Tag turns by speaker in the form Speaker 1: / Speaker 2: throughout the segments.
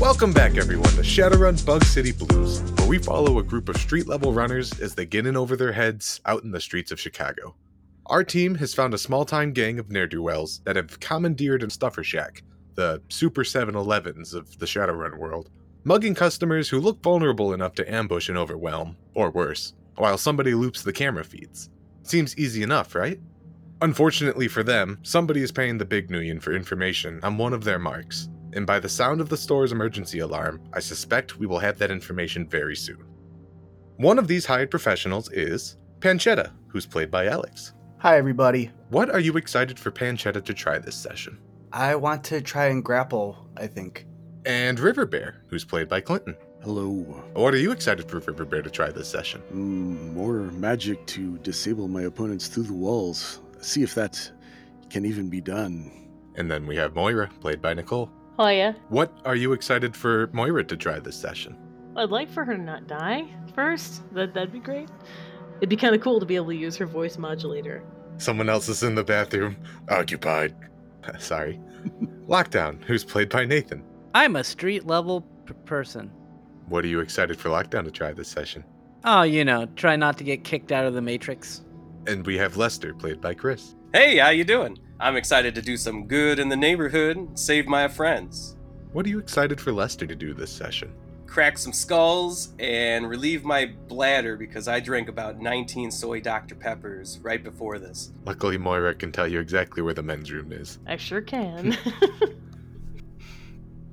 Speaker 1: Welcome back, everyone, to Shadowrun Bug City Blues, where we follow a group of street level runners as they get in over their heads out in the streets of Chicago. Our team has found a small time gang of ne'er do wells that have commandeered a stuffer shack, the Super 7 Elevens of the Shadowrun world, mugging customers who look vulnerable enough to ambush and overwhelm, or worse, while somebody loops the camera feeds. Seems easy enough, right? Unfortunately for them, somebody is paying the big Nuyen for information on one of their marks, and by the sound of the store's emergency alarm, I suspect we will have that information very soon. One of these hired professionals is Panchetta, who's played by Alex.
Speaker 2: Hi, everybody.
Speaker 1: What are you excited for Panchetta to try this session?
Speaker 2: I want to try and grapple, I think.
Speaker 1: And River Bear, who's played by Clinton.
Speaker 3: Hello.
Speaker 1: What are you excited for River Bear to try this session?
Speaker 3: Mm, more magic to disable my opponents through the walls. See if that can even be done.
Speaker 1: And then we have Moira, played by Nicole.
Speaker 4: Hoya,
Speaker 1: What are you excited for Moira to try this session?
Speaker 4: I'd like for her to not die first. That that'd be great. It'd be kind of cool to be able to use her voice modulator.
Speaker 1: Someone else is in the bathroom. Occupied. Sorry. Lockdown, who's played by Nathan.
Speaker 5: I'm a street level p- person.
Speaker 1: What are you excited for Lockdown to try this session?
Speaker 5: Oh, you know, try not to get kicked out of the matrix.
Speaker 1: And we have Lester, played by Chris.
Speaker 6: Hey, how you doing? I'm excited to do some good in the neighborhood and save my friends.
Speaker 1: What are you excited for Lester to do this session?
Speaker 6: Crack some skulls and relieve my bladder because I drank about 19 soy Dr. Peppers right before this.
Speaker 1: Luckily, Moira can tell you exactly where the men's room is.
Speaker 4: I sure can.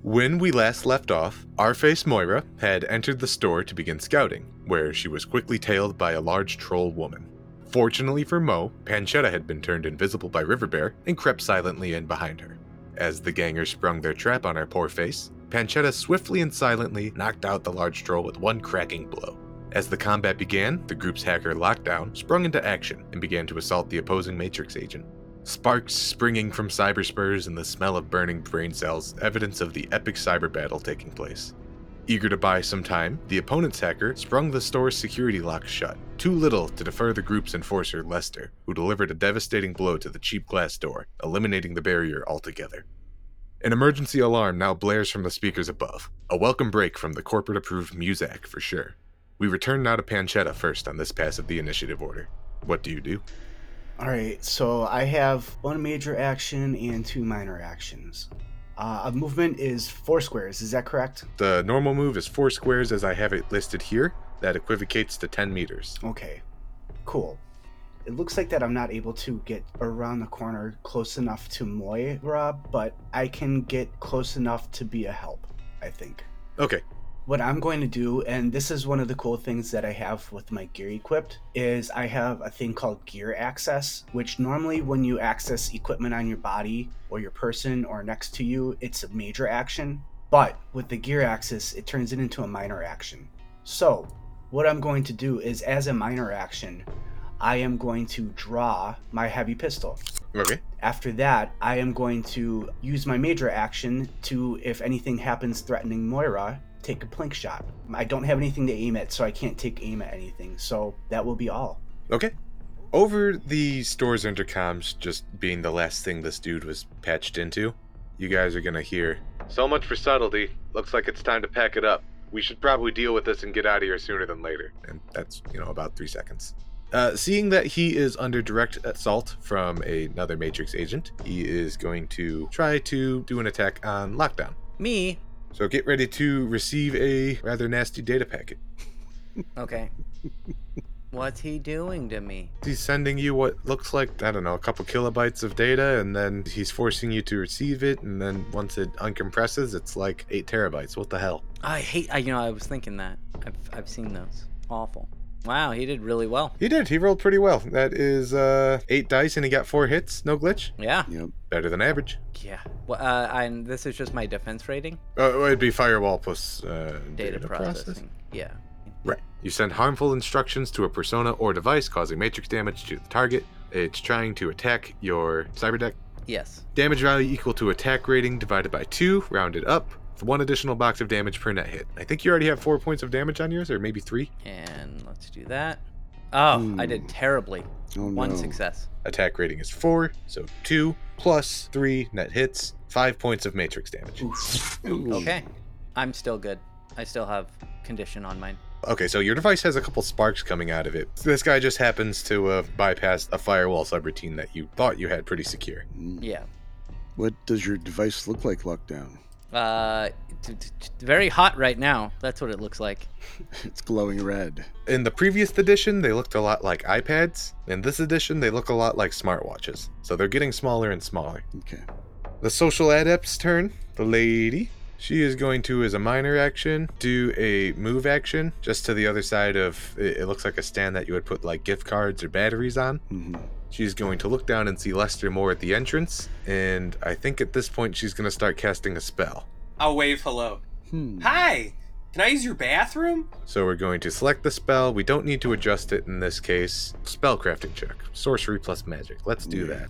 Speaker 1: When we last left off, our face Moira had entered the store to begin scouting, where she was quickly tailed by a large troll woman. Fortunately for Mo, Panchetta had been turned invisible by River Bear and crept silently in behind her. As the gangers sprung their trap on our poor face, Panchetta swiftly and silently knocked out the large troll with one cracking blow. As the combat began, the group's hacker Lockdown sprung into action and began to assault the opposing Matrix agent. Sparks springing from cyber spurs and the smell of burning brain cells, evidence of the epic cyber battle taking place. Eager to buy some time, the opponent's hacker sprung the store's security lock shut, too little to defer the group's enforcer, Lester, who delivered a devastating blow to the cheap glass door, eliminating the barrier altogether. An emergency alarm now blares from the speakers above, a welcome break from the corporate approved Muzak for sure. We return now to Panchetta first on this pass of the initiative order. What do you do?
Speaker 2: All right, so I have one major action and two minor actions. Uh, a movement is four squares, is that correct?
Speaker 1: The normal move is four squares as I have it listed here. That equivocates to 10 meters.
Speaker 2: Okay, cool. It looks like that I'm not able to get around the corner close enough to Moira, but I can get close enough to be a help, I think.
Speaker 1: Okay,
Speaker 2: what I'm going to do, and this is one of the cool things that I have with my gear equipped, is I have a thing called gear access, which normally when you access equipment on your body or your person or next to you, it's a major action. But with the gear access, it turns it into a minor action. So, what I'm going to do is, as a minor action, I am going to draw my heavy pistol.
Speaker 1: okay.
Speaker 2: After that, I am going to use my major action to, if anything happens threatening Moira, take a plink shot. I don't have anything to aim at, so I can't take aim at anything. So that will be all.
Speaker 1: Okay. Over the store's intercoms, just being the last thing this dude was patched into, you guys are gonna hear. So much for subtlety. Looks like it's time to pack it up. We should probably deal with this and get out of here sooner than later. And that's, you know, about three seconds. Uh, seeing that he is under direct assault from another Matrix agent, he is going to try to do an attack on Lockdown.
Speaker 5: Me?
Speaker 1: So get ready to receive a rather nasty data packet.
Speaker 5: Okay. What's he doing to me?
Speaker 1: He's sending you what looks like, I don't know, a couple kilobytes of data, and then he's forcing you to receive it. And then once it uncompresses, it's like eight terabytes. What the hell?
Speaker 5: I hate. I you know. I was thinking that. I've I've seen those. Awful. Wow, he did really well.
Speaker 1: He did. He rolled pretty well. That is uh, eight dice, and he got four hits. No glitch.
Speaker 5: Yeah.
Speaker 3: Yep.
Speaker 1: Better than average.
Speaker 5: Yeah. Well, uh, and this is just my defense rating.
Speaker 1: Uh, it'd be firewall plus uh,
Speaker 5: Data, processing. Yeah.
Speaker 1: Right. You send harmful instructions to a persona or device, causing matrix damage to the target. It's trying to attack your cyber deck.
Speaker 5: Yes.
Speaker 1: Damage value equal to attack rating divided by two, rounded up, with one additional box of damage per net hit. I think you already have four points of damage on yours, or maybe three.
Speaker 5: And let's do that. Oh, I
Speaker 3: Ooh.
Speaker 5: did terribly.
Speaker 3: Oh,
Speaker 5: One
Speaker 3: no.
Speaker 5: success.
Speaker 1: Attack rating is four, so two plus three net hits, five points of matrix damage.
Speaker 2: Oof.
Speaker 3: Ooh.
Speaker 5: Okay. I'm still good. I still have condition on mine.
Speaker 1: Okay, so your device has a couple sparks coming out of it. This guy just happens to uh, bypass a firewall subroutine that you thought you had pretty secure.
Speaker 3: Mm.
Speaker 5: Yeah.
Speaker 3: What does your device look like locked down?
Speaker 5: Uh, t- t- t- very hot right now. That's what it looks like.
Speaker 3: It's glowing red.
Speaker 1: In the previous edition, they looked a lot like iPads. In this edition, they look a lot like smartwatches. So they're getting smaller and smaller.
Speaker 3: Okay.
Speaker 1: The social adept's turn. The lady. She is going to, as a minor action, do a move action just to the other side of it it looks like a stand that you would put like gift cards or batteries on.
Speaker 3: hmm
Speaker 1: She's going to look down and see Lester Moore at the entrance, and I think at this point she's going to start casting a spell.
Speaker 6: I'll wave hello.
Speaker 3: Hmm.
Speaker 6: Hi, can I use your bathroom?
Speaker 1: So we're going to select the spell. We don't need to adjust it in this case. Spellcrafting check. Sorcery plus magic. Let's do
Speaker 3: Yeah.
Speaker 1: that.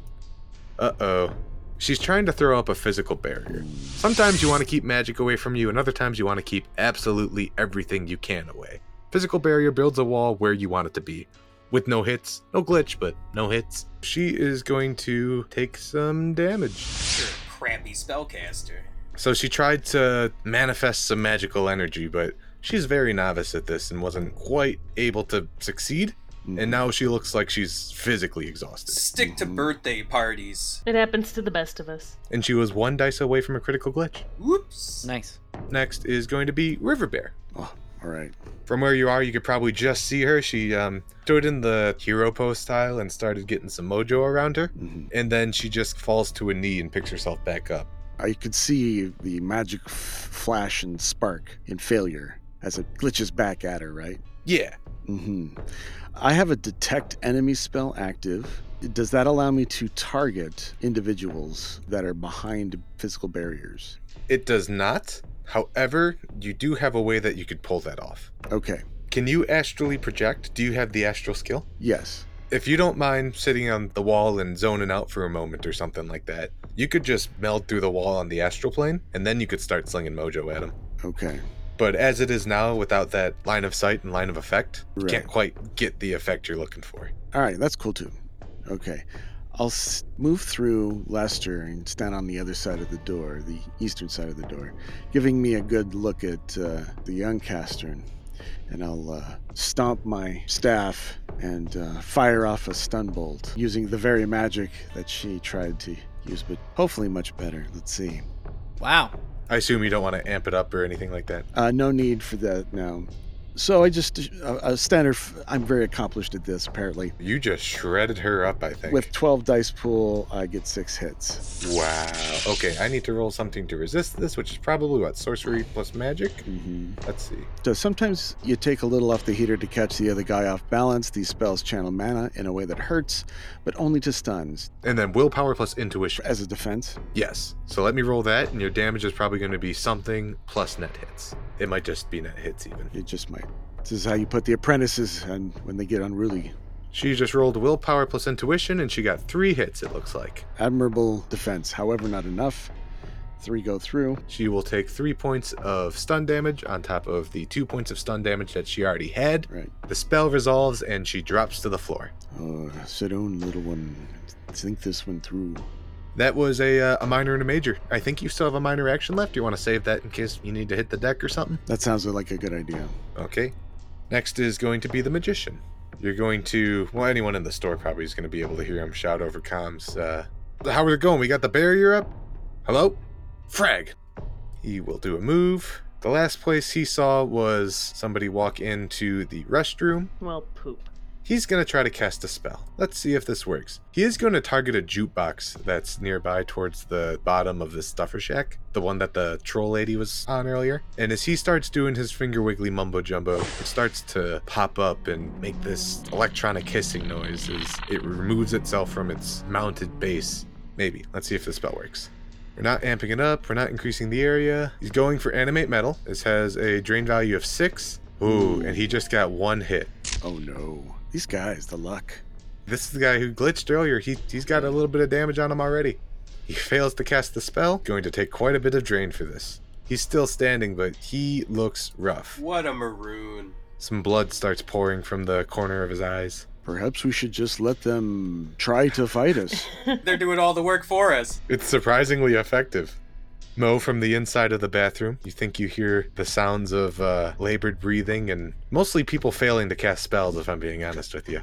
Speaker 1: Uh oh. She's trying to throw up a physical barrier. Sometimes you want to keep magic away from you, and other times you want to keep absolutely everything you can away. Physical barrier builds a wall where you want it to be. With no hits, no glitch, but no hits. She is going to take some damage.
Speaker 6: You're a crappy spellcaster.
Speaker 1: So she tried to manifest some magical energy, but she's very novice at this and wasn't quite able to succeed.
Speaker 3: Mhm.
Speaker 1: And now she looks like she's physically exhausted.
Speaker 6: Stick to
Speaker 3: Mhm.
Speaker 6: birthday parties.
Speaker 4: It happens to the best of us.
Speaker 1: And she was one dice away from a critical glitch.
Speaker 6: Whoops.
Speaker 5: Nice.
Speaker 1: Next is going to be River Bear.
Speaker 3: Oh, all right.
Speaker 1: From where you are, you could probably just see her. She um, stood in the hero pose style and started getting some mojo around her.
Speaker 3: hmm
Speaker 1: And then she just falls to a knee and picks herself back up.
Speaker 3: I could see the magic f- flash and spark in failure as it glitches back at her, right?
Speaker 1: Yeah.
Speaker 3: hmm I have a detect enemy spell active. Does that allow me to target individuals that are behind physical barriers?
Speaker 1: It does not. However, you do have a way that you could pull that off.
Speaker 3: Okay.
Speaker 1: Can you astrally project? Do you have the astral skill?
Speaker 3: Yes.
Speaker 1: If you don't mind sitting on the wall and zoning out for a moment or something like that, you could just meld through the wall on the astral plane and then you could start slinging mojo at him.
Speaker 3: Okay.
Speaker 1: But as it is now, without that line of sight and line of effect, you
Speaker 3: Right.
Speaker 1: can't quite get the effect you're looking for.
Speaker 3: All right. That's cool too. Okay. I'll s- move through Lester and stand on the other side of the door, the eastern side of the door, giving me a good look at uh, the young castern. And I'll uh, stomp my staff and uh, fire off a stun bolt using the very magic that she tried to use, but hopefully much better. Let's see.
Speaker 5: Wow.
Speaker 1: I assume you don't want to amp it up or anything like that.
Speaker 3: Uh, no need for that now. So I just, uh, a standard, f- I'm very accomplished at this apparently.
Speaker 1: You just shredded her up, I think.
Speaker 3: With 12 dice pool, I get six hits.
Speaker 1: wow. Okay, I need to roll something to resist this, which is probably what? Sorcery plus magic?
Speaker 3: hmm
Speaker 1: Let's see.
Speaker 3: So sometimes you take a little off the heater to catch the other guy off balance. These spells channel mana in a way that hurts, but only to stuns
Speaker 1: And then willpower plus intuition.
Speaker 3: as a defense.
Speaker 1: Yes. So let me roll that, and your damage is probably going to be something plus net hits. It might just be net hits, even.
Speaker 3: It just might. This is how you put the apprentices and when they get unruly.
Speaker 1: She just rolled willpower plus intuition, and she got three hits, it looks like.
Speaker 3: Admirable defense, however, not enough. Three go through.
Speaker 1: She will take three points of stun damage on top of the two points of stun damage that she already had.
Speaker 3: Right.
Speaker 1: The spell resolves, and she drops to the floor.
Speaker 3: Oh, sit down, little one. Think this one through.
Speaker 1: That was a, uh, a minor and a major. I think you still have a minor action left. You want to save that in case you need to hit the deck or something?
Speaker 3: That sounds like a good idea.
Speaker 1: Okay. Next is going to be the magician. You're going to, well, anyone in the store probably is going to be able to hear him shout over comms. Uh, how are it going? We got the barrier up? Hello? Frag! He will do a move. The last place he saw was somebody walk into the restroom.
Speaker 4: Well, poop.
Speaker 1: He's going to try to cast a spell. Let's see if this works. He is going to target a jukebox that's nearby towards the bottom of the stuffer shack, the one that the troll lady was on earlier. And as he starts doing his finger wiggly mumbo jumbo, it starts to pop up and make this electronic hissing noise as it removes itself from its mounted base. Maybe. Let's see if the spell works. We're not amping it up. We're not increasing the area. He's going for animate metal. This has a drain value of six. Ooh, and he just got one hit.
Speaker 3: Oh no. These guys, the luck.
Speaker 1: This is the guy who glitched earlier. He, he's got a little bit of damage on him already. He fails to cast the spell. Going to take quite a bit of drain for this. He's still standing, but he looks rough.
Speaker 6: What a maroon.
Speaker 1: Some blood starts pouring from the corner of his eyes.
Speaker 3: Perhaps we should just let them try to fight us.
Speaker 6: They're doing all the work for us.
Speaker 1: It's surprisingly effective. Mo, from the inside of the bathroom, you think you hear the sounds of uh, labored breathing and mostly people failing to cast spells, if I'm being honest with you.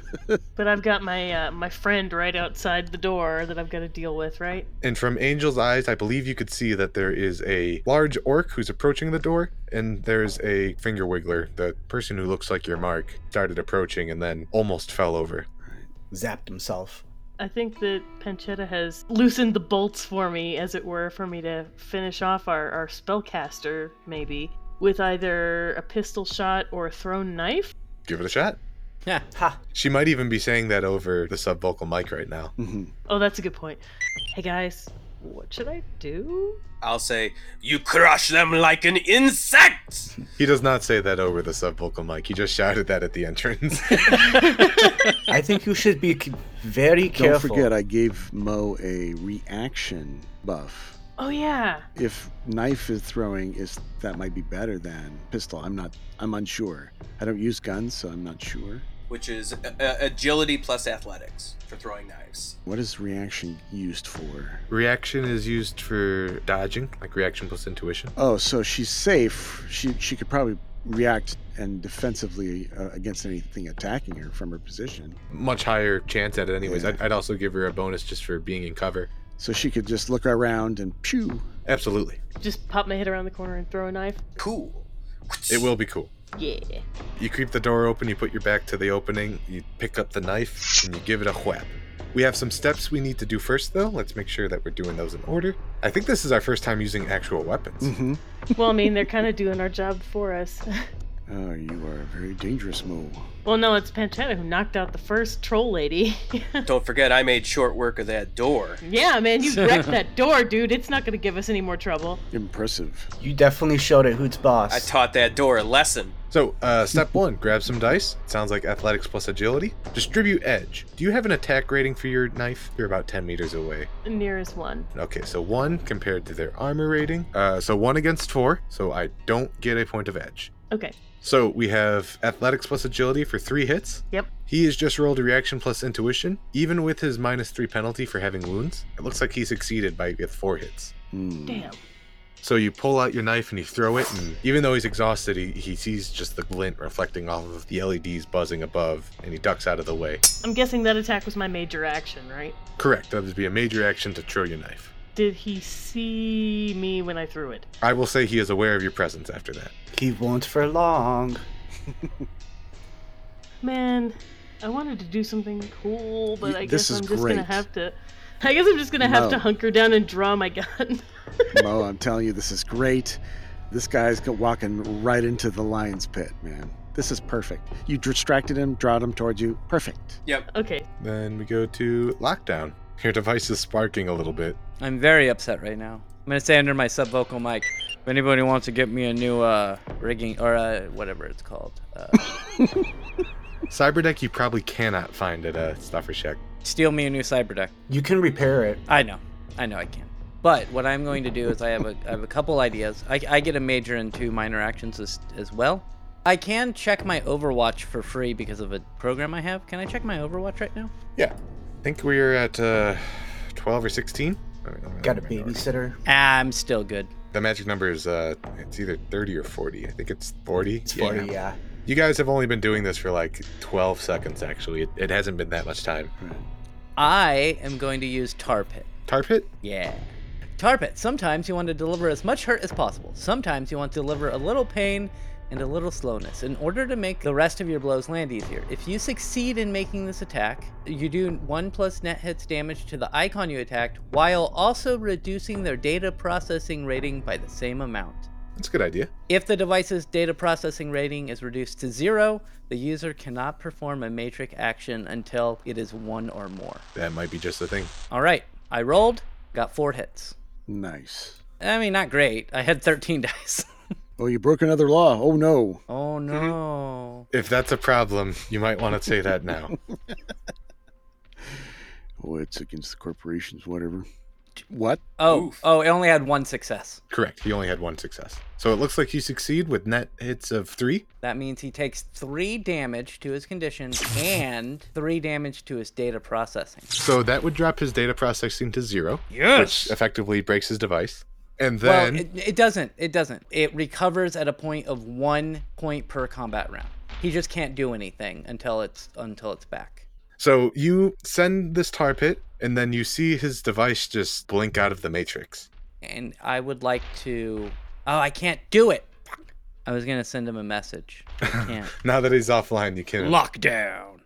Speaker 4: But I've got my uh, my friend right outside the door that I've got to deal with, right?
Speaker 1: And from Angel's eyes, I believe you could see that there is a large orc who's approaching the door, and there's a finger wiggler, the person who looks like your mark, started approaching and then almost fell over.
Speaker 2: Zapped himself.
Speaker 4: I think that Panchetta has loosened the bolts for me, as it were, for me to finish off our, our spellcaster, maybe, with either a pistol shot or a thrown knife.
Speaker 1: Give it a shot.
Speaker 5: Yeah.
Speaker 2: Ha!
Speaker 1: She might even be saying that over the subvocal mic right now.
Speaker 3: Mhm.
Speaker 4: Oh, that's a good point. Hey guys, what should I do?
Speaker 6: I'll say, You crush them like an insect!
Speaker 1: He does not say that over the subvocal mic. He just shouted that at the entrance.
Speaker 2: I think you should be c- very
Speaker 3: Don't
Speaker 2: careful.
Speaker 3: forget, I gave Mo a reaction buff.
Speaker 4: Oh yeah,
Speaker 3: If knife is throwing, is that might be better than pistol. I'm not. I'm unsure. I don't use guns, so I'm not sure.
Speaker 6: Which is uh, uh, agility plus athletics for throwing knives.
Speaker 3: What is reaction used for?
Speaker 1: reaction is used for dodging, like reaction plus intuition.
Speaker 3: Oh, so she's safe. She she could probably react and defensively uh, against anything attacking her from her position.
Speaker 1: Much higher chance at it, anyways.
Speaker 3: Yeah.
Speaker 1: I'd, I'd also give her a bonus just for being in cover.
Speaker 3: So she could just look around and pew.
Speaker 1: Absolutely.
Speaker 4: just pop my head around the corner and throw a knife.
Speaker 6: Cool.
Speaker 1: It will be cool.
Speaker 4: Yeah.
Speaker 1: You creep the door open, you put your back to the opening, you pick up the knife, and you give it a whap. We have some steps we need to do first, though. Let's make sure that we're doing those in order. I think this is our first time using actual weapons.
Speaker 3: Mm-hmm.
Speaker 4: Well, I mean, they're kind of doing our job for us.
Speaker 3: Oh, you are a very dangerous, Mo.
Speaker 4: well, no, it's Panchetta who knocked out the first troll lady.
Speaker 6: Don't forget, I made short work of that door.
Speaker 4: yeah, man, you wrecked that door, dude. It's not gonna give us any more trouble.
Speaker 3: Impressive.
Speaker 2: You definitely showed it who's boss.
Speaker 6: I taught that door a lesson.
Speaker 1: So, uh, step one, grab some dice. Sounds like athletics plus agility. Distribute edge. Do you have an attack rating for your knife? You're about 10 meters away.
Speaker 4: The nearest one.
Speaker 1: Okay, so one compared to their armor rating. Uh, so one against four, so I don't get a point of edge.
Speaker 4: Okay.
Speaker 1: So we have athletics plus agility for three hits.
Speaker 4: Yep.
Speaker 1: He has just rolled a reaction plus intuition, even with his minus three penalty for having wounds. It looks like he succeeded by with four hits.
Speaker 3: Hmm.
Speaker 4: Damn.
Speaker 1: So you pull out your knife and you throw it, and even though he's exhausted, he, he sees just the glint reflecting off of the LEDs buzzing above, and he ducks out of the way.
Speaker 4: I'm guessing that attack was my major action, right?
Speaker 1: Correct, that would be a major action to throw your knife.
Speaker 4: Did he see me when I threw it?
Speaker 1: I will say he is aware of your presence after that.
Speaker 2: he won't for long.
Speaker 4: Man, I wanted to do something cool, but
Speaker 3: Y-
Speaker 4: I
Speaker 3: this
Speaker 4: guess
Speaker 3: is
Speaker 4: I'm just gonna
Speaker 3: great.
Speaker 4: have to. I guess I'm just gonna have
Speaker 3: No.
Speaker 4: to hunker down and draw my gun.
Speaker 3: Mo, I'm telling you, this is great. This guy's go- walking right into the lion's pit, man. This is perfect. You distracted him, drawed him towards you. Perfect.
Speaker 6: Yep.
Speaker 4: okay,
Speaker 1: Then we go to lockdown. Your device is sparking a little bit.
Speaker 5: I'm very upset right now. I'm gonna say under my subvocal mic, if anybody wants to get me a new uh rigging or uh whatever it's called, uh,
Speaker 1: Cyberdeck, you probably cannot find at a stuffer shack.
Speaker 5: steal me a new cyber deck.
Speaker 2: You can repair it.
Speaker 5: I know, I know I can. But what I'm going to do is I have a I have a couple ideas. I, I get a major and two minor actions as as well. I can check my Overwatch for free because of a program I have. Can I check my Overwatch right now?
Speaker 1: Yeah. I think we're at uh, 12 or 16. I don't know.
Speaker 2: Got a babysitter.
Speaker 5: Ah, I'm still good.
Speaker 1: The magic number is uh, it's either 30 or 40. I think it's 40.
Speaker 2: It's 40, yeah.
Speaker 1: You guys have only been doing this for like 12 seconds, actually. It, it hasn't been that much time.
Speaker 5: I am going to use Tar Pit.
Speaker 1: Tar Pit?
Speaker 5: Yeah. Tar Pit. Sometimes you want to deliver as much hurt as possible. Sometimes you want to deliver a little pain and a little slowness in order to make the rest of your blows land easier. If you succeed in making this attack, you do 1 plus net hits damage to the icon you attacked while also reducing their data processing rating by the same amount.
Speaker 1: That's a good idea.
Speaker 5: If the device's data processing rating is reduced to 0, the user cannot perform a matrix action until it is 1 or more.
Speaker 1: That might be just the thing.
Speaker 5: All right, I rolled, got 4 hits.
Speaker 3: Nice.
Speaker 5: I mean, not great. I had 13 dice.
Speaker 3: Oh, you broke another law. Oh, no.
Speaker 5: oh no.
Speaker 1: If that's a problem, you might want to say that now.
Speaker 3: Oh, it's against the corporations, whatever. What?
Speaker 1: Mm-hmm.
Speaker 5: Oh,
Speaker 6: Oof.
Speaker 5: oh, it only had one success.
Speaker 1: Correct. He only had one success. So it looks like you succeed with net hits of three.
Speaker 5: That means he takes three damage to his condition and three damage to his data processing.
Speaker 1: So that would drop his data processing to zero,
Speaker 5: Yes.
Speaker 1: effectively breaks his device. And then
Speaker 5: well, it, it doesn't. It doesn't. It recovers at a point of one point per combat round. He just can't do anything until it's until it's back.
Speaker 1: So you send this tar pit, and then you see his device just blink out of the matrix.
Speaker 5: And I would like to. Oh, I can't do it. Fuck. I was gonna send him a message. I can't.
Speaker 1: Now that he's offline, you can. All
Speaker 5: Lockdown.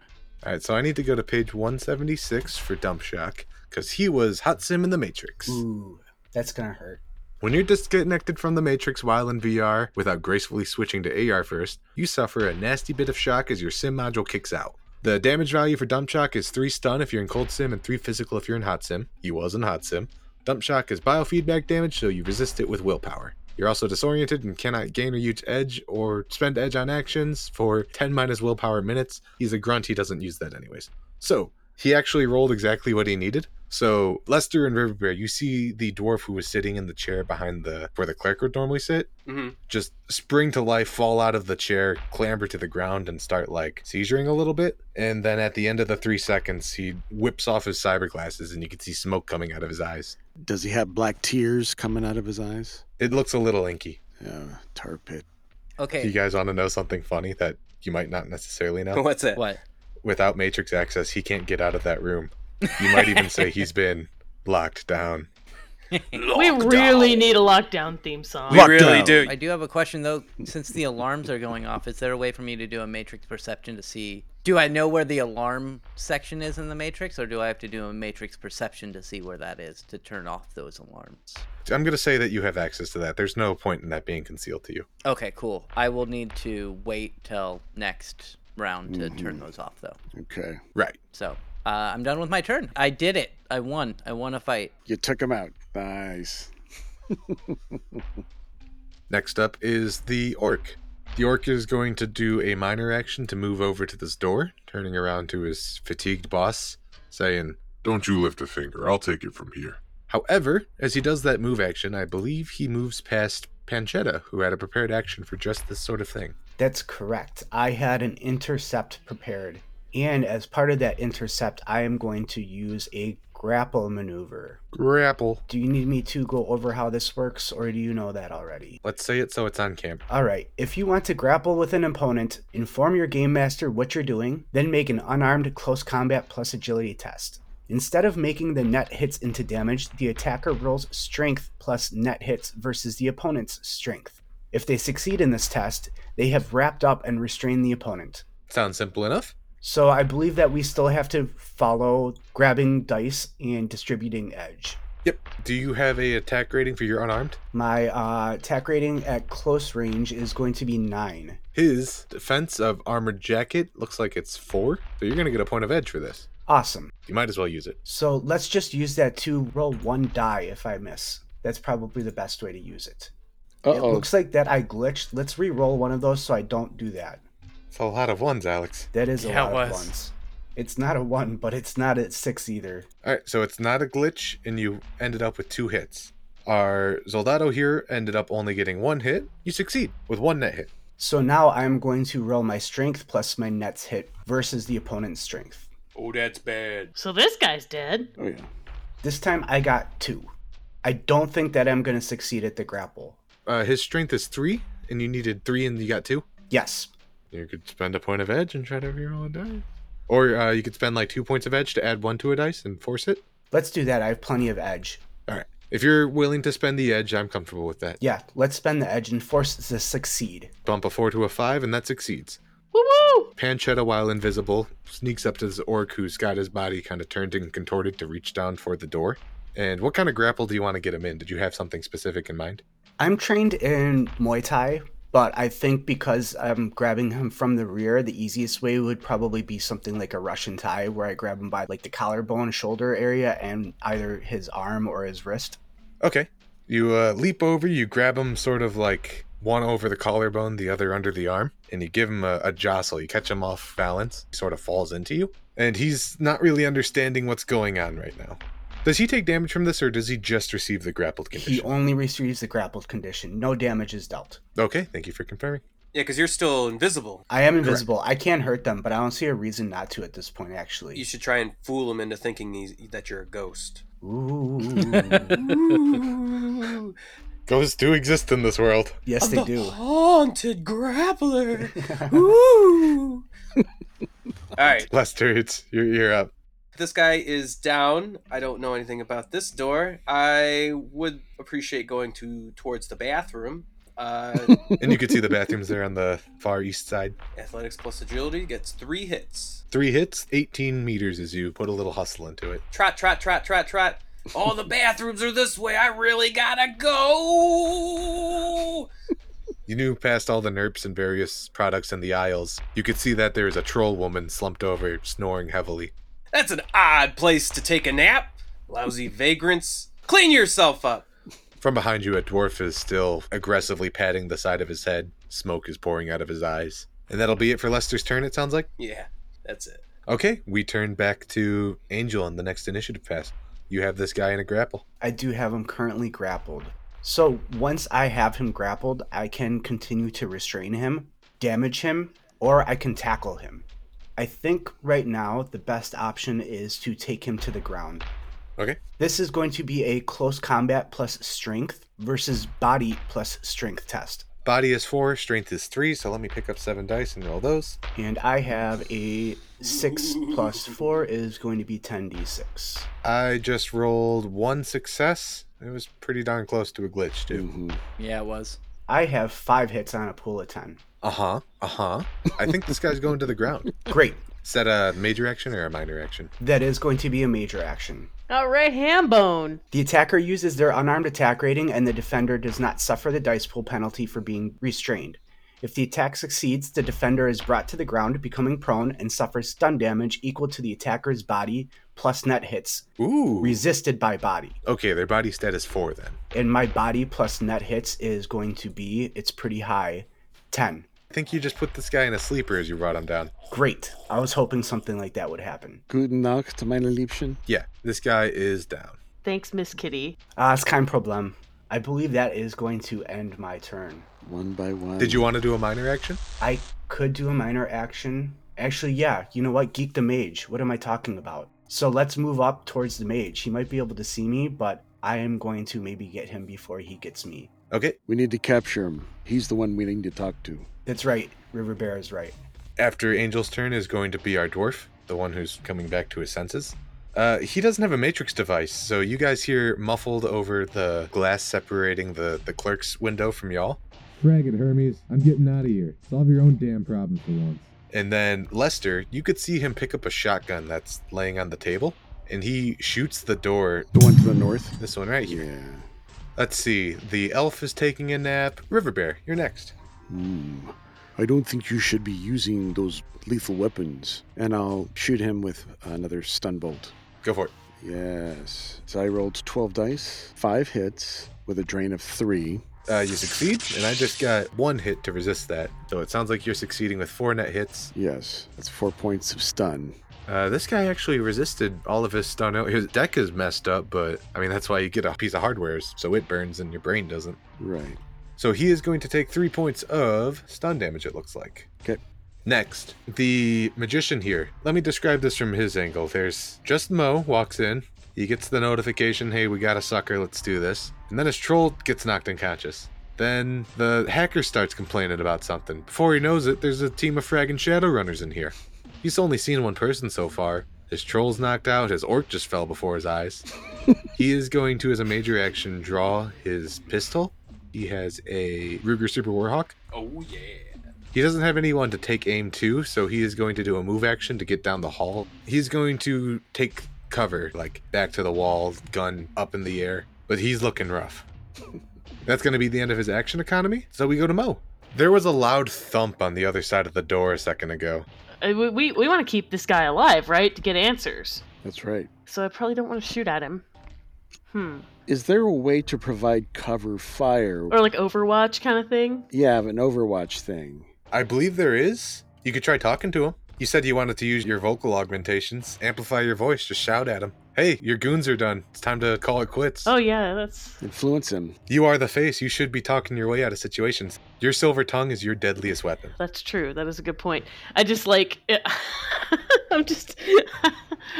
Speaker 1: right, so I need to go to page 176 for Dump Shock because he was hot sim in the Matrix.
Speaker 2: Ooh, that's gonna hurt.
Speaker 1: When you're disconnected from the Matrix while in VR without gracefully switching to AR first, you suffer a nasty bit of shock as your sim module kicks out. The damage value for Dump Shock is 3 stun if you're in Cold Sim and 3 physical if you're in Hot Sim. He was in Hot Sim. Dump Shock is biofeedback damage, so you resist it with willpower. You're also disoriented and cannot gain or use edge or spend edge on actions for 10 minus willpower minutes. He's a grunt, he doesn't use that anyways. So, he actually rolled exactly what he needed. So Lester and River Bear, you see the dwarf who was sitting in the chair behind the where the cleric would normally sit,
Speaker 6: hmm
Speaker 1: just spring to life, fall out of the chair, clamber to the ground, and start like seizuring a little bit. And then at the end of the three seconds, he whips off his cyber glasses, and you can see smoke coming out of his eyes.
Speaker 3: Does he have black tears coming out of his eyes?
Speaker 1: It looks a little inky.
Speaker 3: Uh, tar pit.
Speaker 5: Okay.
Speaker 1: You guys want to know something funny that you might not necessarily know?
Speaker 6: What's that?
Speaker 5: What?
Speaker 1: Without matrix access, he can't get out of that room. You might even say he's been locked down.
Speaker 4: We really need a lockdown theme song.
Speaker 6: We really
Speaker 3: Lockdown.
Speaker 6: do.
Speaker 5: I do have a question though. Since the alarms are going off, is there a way for me to do a matrix perception to see? Do I know where the alarm section is in the matrix, or do I have to do a matrix perception to see where that is to turn off those alarms?
Speaker 1: I'm gonna say that you have access to that. There's no point in that being concealed to you.
Speaker 5: Okay, cool. I will need to wait till next round to
Speaker 2: Mm-hmm.
Speaker 5: turn those off though.
Speaker 3: Okay.
Speaker 1: Right.
Speaker 5: So uh, I'm done with my turn. I did it. I won. I won a fight.
Speaker 3: You took him out. Nice.
Speaker 1: Next up is the orc. The orc is going to do a minor action to move over to this door, turning around to his fatigued boss, saying, Don't you lift a finger, I'll take it from here. However, as he does that move action, I believe he moves past Panchetta, who had a prepared action for just this sort of thing.
Speaker 2: That's correct. I had an intercept prepared. And as part of that intercept, I am going to use a grapple maneuver.
Speaker 1: Grapple.
Speaker 2: Do you need me to go over how this works, or do you know that already?
Speaker 1: Let's say it so it's on camp.
Speaker 2: All right, if you want to grapple with an opponent, inform your game master what you're doing, then make an unarmed close combat plus agility test. Instead of making the net hits into damage, the attacker rolls strength plus net hits versus the opponent's strength. If they succeed in this test, they have wrapped up and restrained the opponent.
Speaker 1: Sounds simple enough.
Speaker 2: So I believe that we still have to follow grabbing dice and distributing edge.
Speaker 1: Yep. Do you have a attack rating for your unarmed?
Speaker 2: My uh, attack rating at close range is going to be 9.
Speaker 1: His defense of armored jacket looks like it's four, so you're gonna get a point of edge for this.
Speaker 2: Awesome.
Speaker 1: You might as well use it.
Speaker 2: So let's just use that to roll one die if I miss. That's probably the best way to use it. It
Speaker 3: Uh-oh.
Speaker 2: looks like that I glitched. Let's re-roll one of those so I don't do that.
Speaker 1: It's a lot of ones, Alex.
Speaker 2: That is a
Speaker 5: Yeah, it
Speaker 2: lot of
Speaker 5: was.
Speaker 2: ones. It's not a one, but it's not a six either.
Speaker 1: All right, so it's not a glitch, and you ended up with two hits. Our Soldado here ended up only getting one hit. You succeed with one net hit.
Speaker 2: So now I'm going to roll my strength plus my net's hit versus the opponent's strength.
Speaker 6: Oh, that's bad.
Speaker 4: So this guy's dead.
Speaker 3: Oh yeah.
Speaker 2: This time I got two. I don't think that I'm going to succeed at the grapple.
Speaker 1: Uh, his strength is three, and you needed three, and you got two.
Speaker 2: Yes.
Speaker 1: You could spend a point of edge and try to reroll a die, or uh, you could spend like two points of edge to add one to a dice and force it.
Speaker 2: Let's do that. I have plenty of edge.
Speaker 1: All right, if you're willing to spend the edge, I'm comfortable with that.
Speaker 2: Yeah, let's spend the edge and force to succeed.
Speaker 1: Bump a four to a five, and that succeeds.
Speaker 4: Woo woo!
Speaker 1: Panchetta, while invisible, sneaks up to this orc who's got his body kind of turned and contorted to reach down for the door. And what kind of grapple do you want to get him in? Did you have something specific in mind?
Speaker 2: I'm trained in Muay Thai, but I think because I'm grabbing him from the rear, the easiest way would probably be something like a Russian tie, where I grab him by like the collarbone, shoulder area, and either his arm or his wrist.
Speaker 1: Okay. You uh, leap over, you grab him sort of like one over the collarbone, the other under the arm, and you give him a, a jostle. You catch him off balance. He sort of falls into you. And he's not really understanding what's going on right now. Does he take damage from this, or does he just receive the grappled
Speaker 2: He
Speaker 1: condition?
Speaker 2: only receives the grappled condition. No damage is dealt.
Speaker 1: Okay, thank you for confirming.
Speaker 6: Yeah, because you're still invisible.
Speaker 2: I am invisible. I can hurt them, but I don't see a reason not to at this point, actually.
Speaker 6: You should try and fool him into thinking he's, that you're a ghost.
Speaker 2: Ooh.
Speaker 6: Ooh,
Speaker 1: Ghosts do exist in this world.
Speaker 2: yes,
Speaker 6: I'm
Speaker 2: they
Speaker 6: the
Speaker 2: do.
Speaker 6: Haunted grappler. Ooh. All right,
Speaker 1: Lester, it's you're, you're up.
Speaker 6: this guy is down. I don't know anything about this door. I would appreciate going to towards the bathroom. Uh,
Speaker 1: And you can see the bathrooms there on the far east side.
Speaker 6: athletics plus agility gets three hits.
Speaker 1: Three hits, 18 meters as you put a little hustle into it.
Speaker 6: Trot, trot, trot, trot, trot. All the bathrooms are this way. I really gotta go.
Speaker 1: You knew past all the nerps and various products in the aisles. You could see that there is a troll woman slumped over, snoring heavily.
Speaker 6: That's an odd place to take a nap. Lousy vagrants. Clean yourself up.
Speaker 1: From behind you, a dwarf is still aggressively patting the side of his head. Smoke is pouring out of his eyes. And that'll be it for Lester's turn, it sounds like.
Speaker 6: Yeah, that's it.
Speaker 1: Okay, we turn back to Angel on the next initiative pass. You have this guy in a grapple.
Speaker 2: I do have him currently grappled. So once I have him grappled, I can continue to restrain him, damage him, or I can tackle him. I think right now the best option is to take him to the ground.
Speaker 1: Okay.
Speaker 2: This is going to be a close combat plus strength versus body plus strength test.
Speaker 1: Body is four, strength is three, so let me pick up seven dice and roll those.
Speaker 2: And I have a 6 plus 4 is going to be 10d6.
Speaker 1: I just rolled one success. It was pretty darn close to a glitch, too.
Speaker 3: Mhm.
Speaker 5: Yeah, it was.
Speaker 2: I have 5 hits on a pool of 10.
Speaker 1: Uh huh. Uh huh. I think this guy's going to the ground.
Speaker 2: Great.
Speaker 1: Is that a major action or a minor action?
Speaker 2: That is going to be a major action.
Speaker 4: All right, ham bone.
Speaker 2: The attacker uses their unarmed attack rating, and the defender does not suffer the dice pool penalty for being restrained. If the attack succeeds, the defender is brought to the ground, becoming prone, and suffers stun damage equal to the attacker's body plus net hits,
Speaker 1: Ooh.
Speaker 2: resisted by body.
Speaker 1: okay, their body stat is four then.
Speaker 2: And my body plus net hits is going to be, it's pretty high, 10.
Speaker 1: I think you just put this guy in a sleeper as you brought him down.
Speaker 2: Great. I was hoping something like that would happen.
Speaker 3: Guten Nacht, meine Liebchen.
Speaker 1: Yeah, this guy is down.
Speaker 4: Thanks, Miss Kitty.
Speaker 2: Ah, it's kein problem. I believe that is going to end my turn.
Speaker 3: One by one.
Speaker 1: Did you want to do a minor action?
Speaker 2: I could do a minor action. Actually, yeah, you know what? Geek the mage. What am I talking about? So let's move up towards the mage. He might be able to see me, but I am going to maybe get him before he gets me.
Speaker 1: Okay.
Speaker 3: We need to capture him. He's the one we need to talk to.
Speaker 2: That's right. River Bear is right.
Speaker 1: After Angel's turn is going to be our dwarf, the one who's coming back to his senses. Uh, he doesn't have a matrix device, so you guys hear muffled over the glass separating the, the clerk's window from y'all.
Speaker 7: Frag it, Hermes. I'm getting out of here. Solve your own damn problems for once.
Speaker 1: And then Lester, you could see him pick up a shotgun that's laying on the table, and he shoots the door.
Speaker 3: The one to the north?
Speaker 1: This one right here.
Speaker 3: Yeah.
Speaker 1: Let's see. The elf is taking a nap. River Bear, you're next.
Speaker 3: Hmm. I don't think you should be using those lethal weapons. And I'll shoot him with another stun bolt.
Speaker 1: Go for it.
Speaker 3: Yes. So I rolled 12 dice, five hits with a drain of three.
Speaker 1: Uh, you succeed, and I just got one hit to resist that. So it sounds like you're succeeding with four net hits.
Speaker 3: Yes, that's four points of stun.
Speaker 1: Uh, this guy actually resisted all of his stun. His deck is messed up, but I mean that's why you get a piece of hardware so it burns and your brain doesn't.
Speaker 3: Right.
Speaker 1: So he is going to take three points of stun damage. It looks like.
Speaker 3: Okay.
Speaker 1: Next, the magician here. Let me describe this from his angle. There's just Mo walks in. He gets the notification, hey, we got a sucker, let's do this. And then his troll gets knocked unconscious. Then the hacker starts complaining about something. Before he knows it, there's a team of fragging Shadowrunners in here. He's only seen one person so far. His troll's knocked out, his orc just fell before his eyes. he is going to, as a major action, draw his pistol. He has a Ruger Super Warhawk.
Speaker 6: Oh yeah.
Speaker 1: He doesn't have anyone to take aim to, so he is going to do a move action to get down the hall. He's going to take cover, like back to the wall, gun up in the air, but he's looking rough. That's going to be the end of his action economy, so we go to Mo. There was a loud thump on the other side of the door a second ago.
Speaker 4: Uh, We, we, we want to keep this guy alive, right? To get answers.
Speaker 3: That's right.
Speaker 4: So I probably don't want to shoot at him. Hmm.
Speaker 3: Is there a way to provide cover fire?
Speaker 4: Or like Overwatch kind of thing.
Speaker 3: Yeah, of an Overwatch thing.
Speaker 1: I believe there is. You could try talking to him. You said you wanted to use your vocal augmentations, amplify your voice, just shout at him. Hey, your goons are done. It's time to call it quits.
Speaker 4: Oh yeah, that's
Speaker 3: Influence him.
Speaker 1: You are the face. You should be talking your way out of situations. Your silver tongue is your deadliest weapon.
Speaker 4: that's true. That is a good point. I eh, just like I'm just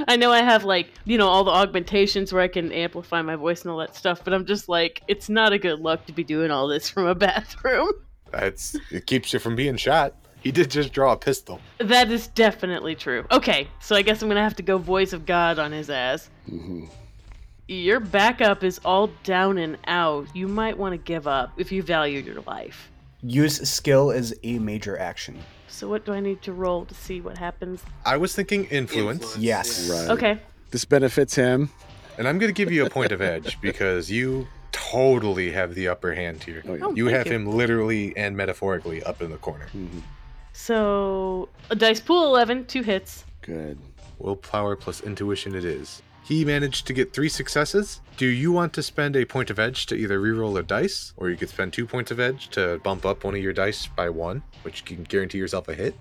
Speaker 4: I know I have like you know all the augmentations where I can amplify my voice and all that stuff, but I'm just like it's not a good luck to be doing all this from a bathroom.
Speaker 1: That's it keeps you from being shot. He did just draw a pistol.
Speaker 4: That is definitely true. Okay, so I guess I'm gonna have to go voice of God on his ass.
Speaker 3: Mhm.
Speaker 4: Your backup is all down and out. You might want to give up if you value your life.
Speaker 2: Use skill as a major action.
Speaker 4: So what do I need to roll to see what happens?
Speaker 1: I was thinking influence,
Speaker 6: Influence,
Speaker 2: Yes.
Speaker 6: yeah.
Speaker 3: Right.
Speaker 4: Okay.
Speaker 3: This benefits him.
Speaker 1: and I'm going to give you a point of edge because you totally have the upper hand here.
Speaker 3: Oh, yeah.
Speaker 4: Oh.
Speaker 1: You
Speaker 4: thank
Speaker 1: have
Speaker 4: you.
Speaker 1: him literally and metaphorically up in the corner.
Speaker 3: Mhm.
Speaker 4: So a dice pool 11, two hits.
Speaker 3: Good.
Speaker 1: Willpower plus intuition it is. He managed to get three successes. Do you want to spend a point of edge to either reroll a dice, or you could spend two points of edge to bump up one of your dice by one, which can guarantee yourself a hit?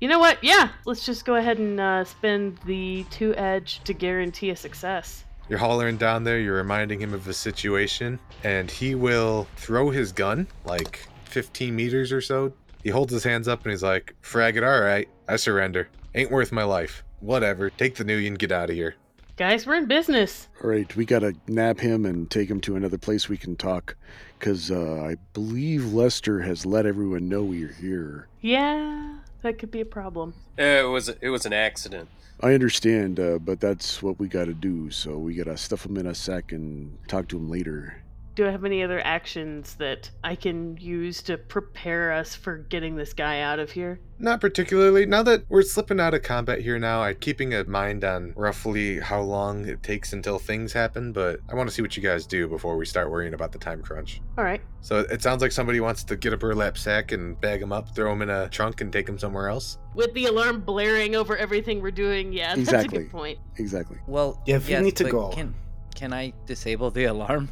Speaker 4: You know what? Yeah, let's just go ahead and uh, spend the two edge to guarantee a success.
Speaker 1: You're hollering down there, you're reminding him of the situation, and he will throw his gun like 15 meters or so. He holds his hands up and he's like, Frag it, alright, I surrender. Ain't worth my life. Whatever, take the new and get out of here.
Speaker 4: Guys, we're in business.
Speaker 3: All right, we gotta nab him and take him to another place we can talk, because uh, I believe Lester has let everyone know we're here.
Speaker 4: Yeah, that could be a problem.
Speaker 6: Eh, It was it was an accident.
Speaker 3: I understand, uh, but that's what we gotta do. So we gotta stuff him in a sack and talk to him later.
Speaker 4: Do I have any other actions that I can use to prepare us for getting this guy out of here?
Speaker 1: Not particularly. Now that we're slipping out of combat here now, I'm keeping a mind on roughly how long it takes until things happen, but I want to see what you guys do before we start worrying about the time crunch.
Speaker 4: All right.
Speaker 1: So it sounds like somebody wants to get a burlap sack and bag him up, throw him in a trunk, and take him somewhere else.
Speaker 4: With the alarm blaring over everything we're doing, yeah, that's a
Speaker 3: Exactly.
Speaker 4: good point.
Speaker 3: Exactly.
Speaker 5: Well,
Speaker 2: Yeah, if you
Speaker 5: yes,
Speaker 2: need to
Speaker 5: but
Speaker 2: go.
Speaker 5: Can, can I disable the alarm?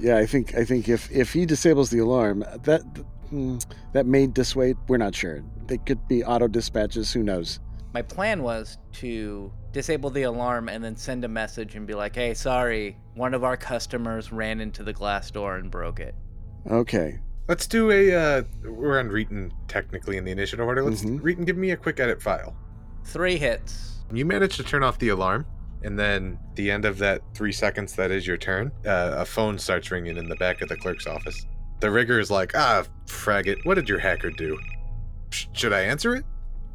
Speaker 3: yeah, I think I think if if he disables the alarm, that hmm, that may dissuade. We're not sure. They could be auto dispatches. Who knows?
Speaker 5: My plan was to disable the alarm and then send a message and be like, "Hey, sorry, one of our customers ran into the glass door and broke it."
Speaker 3: Okay.
Speaker 1: Let's do a. Uh, we're on Reeton technically in the initiative order. Let's
Speaker 3: Mhm.
Speaker 1: Reeton, give me a quick edit file.
Speaker 5: Three hits.
Speaker 1: You managed to turn off the alarm, and then at the end of that three seconds that is your turn, uh, a phone starts ringing in the back of the clerk's office. The rigger is like, "Ah, frag it! What did your hacker do? Sh- should I answer it?"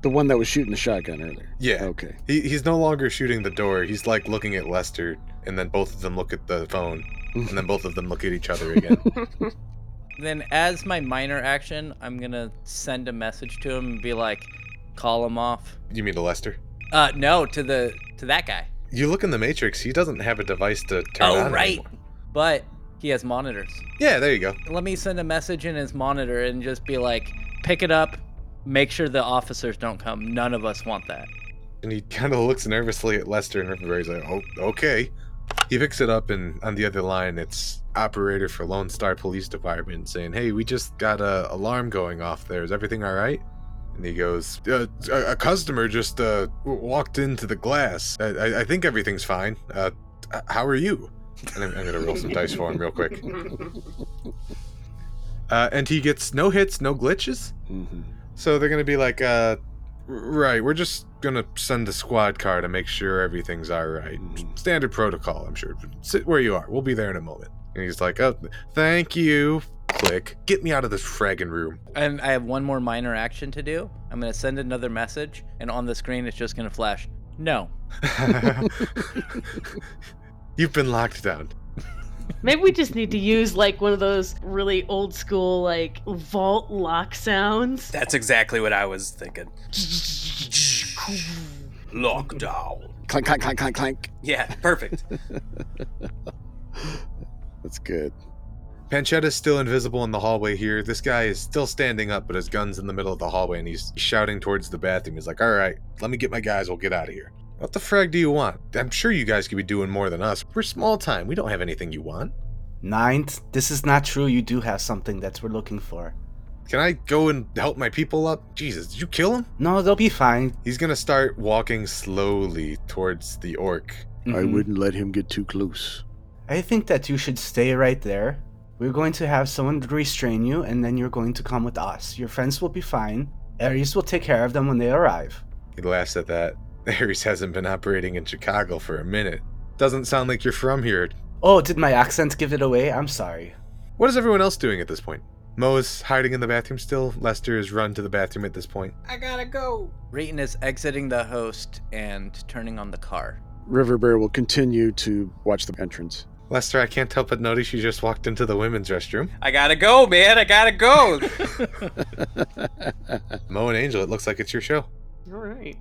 Speaker 3: The one that was shooting the shotgun earlier.
Speaker 1: Yeah.
Speaker 3: Okay.
Speaker 1: He, he's no longer shooting the door. He's like looking at Lester, and then both of them look at the phone, and then both of them look at each other again.
Speaker 5: Then, as my minor action, I'm gonna send a message to him and be like, "Call him off."
Speaker 1: you mean to Lester?
Speaker 5: Uh, no, to the to that guy.
Speaker 1: You look in the matrix. He doesn't have a device to turn
Speaker 5: oh,
Speaker 1: on
Speaker 5: right.
Speaker 1: anymore.
Speaker 5: But he has monitors.
Speaker 1: Yeah, there you go.
Speaker 5: Let me send a message in his monitor and just be like, "Pick it up. Make sure the officers don't come. None of us want that."
Speaker 1: and he kind of looks nervously at Lester and Riverberry. He's like, "Oh, okay." He picks it up, and on the other line, it's operator for Lone Star Police Department saying, "Hey, we just got a alarm going off there. Is everything all right?" And he goes, uh, a, "A customer just uh, w- walked into the glass. I, I, I think everything's fine. Uh, h- how are you?" And I'm, I'm gonna roll some dice for him real quick. Uh, and he gets no hits, no glitches.
Speaker 3: hmm
Speaker 1: So they're gonna be like, uh, "R- right, we're just gonna send a squad car to make sure everything's all right.
Speaker 3: Mhm.
Speaker 1: Standard protocol, I'm sure. Sit where you are. We'll be there in a moment. And he's like, oh, thank you. Click. Get me out of this fragging room.
Speaker 5: And I have one more minor action to do. I'm gonna send another message, and on the screen it's just gonna flash, "No."
Speaker 1: You've been locked down.
Speaker 4: Maybe we just need to use like one of those really old school like vault lock sounds.
Speaker 6: That's exactly what I was thinking. Lockdown.
Speaker 3: Clank, clank, clank, clank, clank.
Speaker 6: Yeah, perfect.
Speaker 3: That's good.
Speaker 1: Panchetta's still invisible in the hallway here. This guy is still standing up, but his gun's in the middle of the hallway and he's shouting towards the bathroom. He's like, All right, let me get my guys. We'll get out of here. What the frag do you want? I'm sure you guys could be doing more than us. We're small time. We don't have anything you want.
Speaker 2: Ninth, this is not true. You do have something that we're looking for.
Speaker 1: Can I go and help my people up? Jesus, did you kill him?
Speaker 2: No, they'll be fine.
Speaker 1: He's gonna start walking slowly towards the orc.
Speaker 3: I
Speaker 2: Mhm.
Speaker 3: wouldn't let him get too close.
Speaker 2: I think that you should stay right there. We're going to have someone restrain you, and then you're going to come with us. Your friends will be fine. Ares will take care of them when they arrive.
Speaker 1: He laughs at that. Ares hasn't been operating in Chicago for a minute. Doesn't sound like you're from here.
Speaker 2: Oh, did my accent give it away? I'm sorry.
Speaker 1: What is everyone else doing at this point? Mo is hiding in the bathroom still. Lester has run to the bathroom at this point.
Speaker 6: I gotta go.
Speaker 5: Rayton is exiting the host and turning on the car.
Speaker 3: River Bear will continue to watch the entrance.
Speaker 1: Lester, I can't help but notice you just walked into the women's restroom.
Speaker 6: I gotta go, man. I gotta go.
Speaker 1: Mo and Angel, it looks like it's your show.
Speaker 4: All right.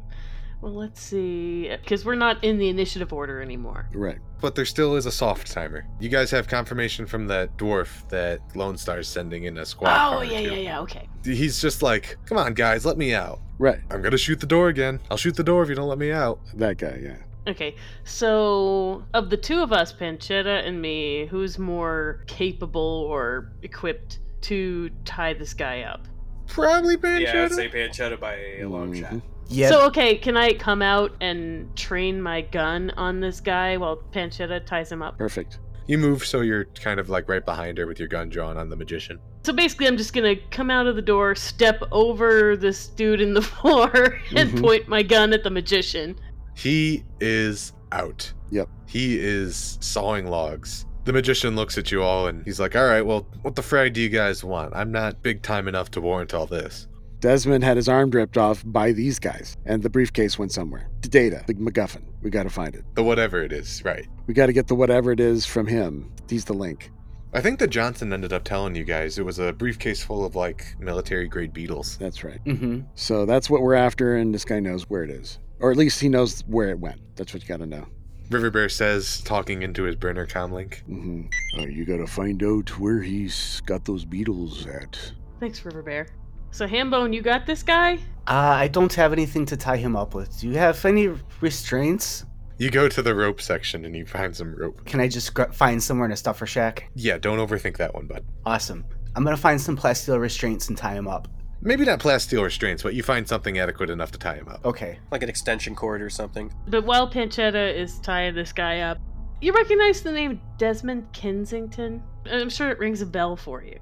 Speaker 4: Well, let's see. Because we're not in the initiative order anymore.
Speaker 3: right.
Speaker 1: But there still is a soft timer. You guys have confirmation from that dwarf that Lone Star's sending in a squad.
Speaker 4: Oh,
Speaker 1: car
Speaker 4: yeah,
Speaker 1: to.
Speaker 4: yeah, yeah. Okay.
Speaker 1: He's just like, come on, guys, let me out.
Speaker 3: Right.
Speaker 1: I'm gonna shoot the door again. I'll shoot the door if you don't let me out.
Speaker 3: That guy, yeah.
Speaker 4: Okay. So, of the two of us, Panchetta and me, who's more capable or equipped to tie this guy up?
Speaker 1: Probably Banchetta.
Speaker 6: yeah, I'd say pancetta by a long shot.
Speaker 3: Mhm.
Speaker 2: Yeah.
Speaker 4: So, okay, can I come out and train my gun on this guy while Panchetta ties him up?
Speaker 3: Perfect.
Speaker 1: You move so you're kind of like right behind her with your gun drawn on the magician.
Speaker 4: So basically, I'm just gonna come out of the door, step over this dude in the floor, and
Speaker 3: Mhm.
Speaker 4: point my gun at the magician.
Speaker 1: He is out.
Speaker 3: Yep.
Speaker 1: He is sawing logs. The magician looks at you all and he's like, all right, well, what the frag do you guys want? I'm not big time enough to warrant all this.
Speaker 3: Desmond had his arm ripped off by these guys, and the briefcase went somewhere. The data, the MacGuffin. We got to find it.
Speaker 1: The whatever it is, right.
Speaker 3: We got to get the whatever it is from him. He's the link.
Speaker 1: I think that Johnson ended up telling you guys it was a briefcase full of like military grade beetles.
Speaker 3: That's right.
Speaker 2: hmm
Speaker 3: So that's what we're after, and this guy knows where it is. Or at least he knows where it went. That's what you got to know.
Speaker 1: River Bear says, talking into his burner comlink.
Speaker 3: hmm you got to find out where he's got those beetles at.
Speaker 4: Thanks, River Bear. So, Hambone, you got this guy?
Speaker 2: Uh, I don't have anything to tie him up with. Do you have any restraints?
Speaker 1: You go to the rope section and you find some rope.
Speaker 2: Can I just gr- find somewhere in a stuffer shack?
Speaker 1: Yeah, don't overthink that one, bud.
Speaker 2: Awesome. I'm gonna find some plasteel restraints and tie him up.
Speaker 1: Maybe not plasteel restraints, but you find something adequate enough to tie him up.
Speaker 2: Okay.
Speaker 6: Like an extension cord or something.
Speaker 4: But while Panchetta is tying this guy up, you recognize the name Desmond Kensington? I'm sure it rings a bell for you.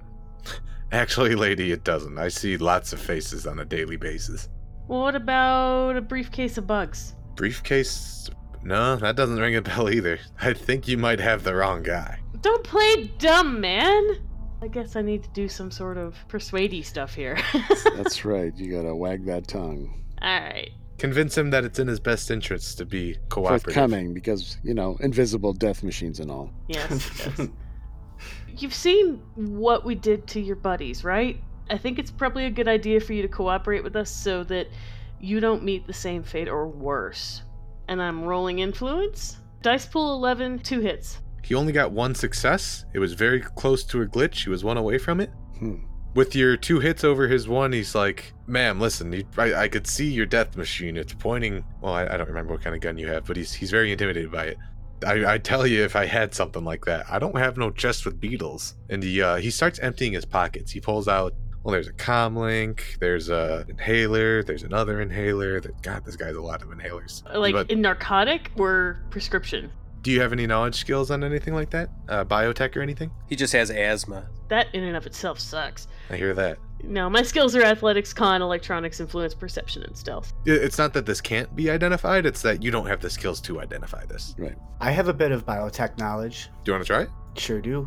Speaker 1: Actually, lady, it doesn't. I see lots of faces on a daily basis.
Speaker 4: Well, what about a briefcase of bugs?
Speaker 1: Briefcase? No, that doesn't ring a bell either. I think you might have the wrong guy.
Speaker 4: Don't play dumb, man! I guess I need to do some sort of persuadey stuff here.
Speaker 3: That's right. You got to wag that tongue.
Speaker 4: Alright.
Speaker 1: Convince him that it's in his best interests to be cooperative.
Speaker 3: Forthcoming, because, you know, invisible death machines and all.
Speaker 4: Yes, yes. You've seen what we did to your buddies, right? I think it's probably a good idea for you to cooperate with us so that you don't meet the same fate or worse. And I'm rolling influence. Dice pool 11, two hits.
Speaker 1: He only got one success. It was very close to a glitch. He was one away from it.
Speaker 3: Hmm.
Speaker 1: With your two hits over his one, he's like, "Ma'am, listen, you, I, I could see your death machine. It's pointing. Well, I, I don't remember what kind of gun you have, but he's he's very intimidated by it. I, I tell you, if I had something like that, I don't have no chest with beetles." And he uh, he starts emptying his pockets. He pulls out. Well, there's a comlink. There's a inhaler. There's another inhaler. There, God, this guy's a lot of inhalers.
Speaker 4: Like
Speaker 1: But
Speaker 4: in narcotic or prescription.
Speaker 1: do you have any knowledge skills on anything like that? Uh, biotech or anything?
Speaker 6: He just has asthma.
Speaker 4: That in and of itself sucks.
Speaker 1: I hear that.
Speaker 4: No, my skills are athletics, con, electronics, influence, perception, and stealth.
Speaker 1: It- It's not that this can't be identified, it's that you don't have the skills to identify this.
Speaker 2: I have a bit of biotech knowledge.
Speaker 1: Do you want to try it?
Speaker 2: Sure do.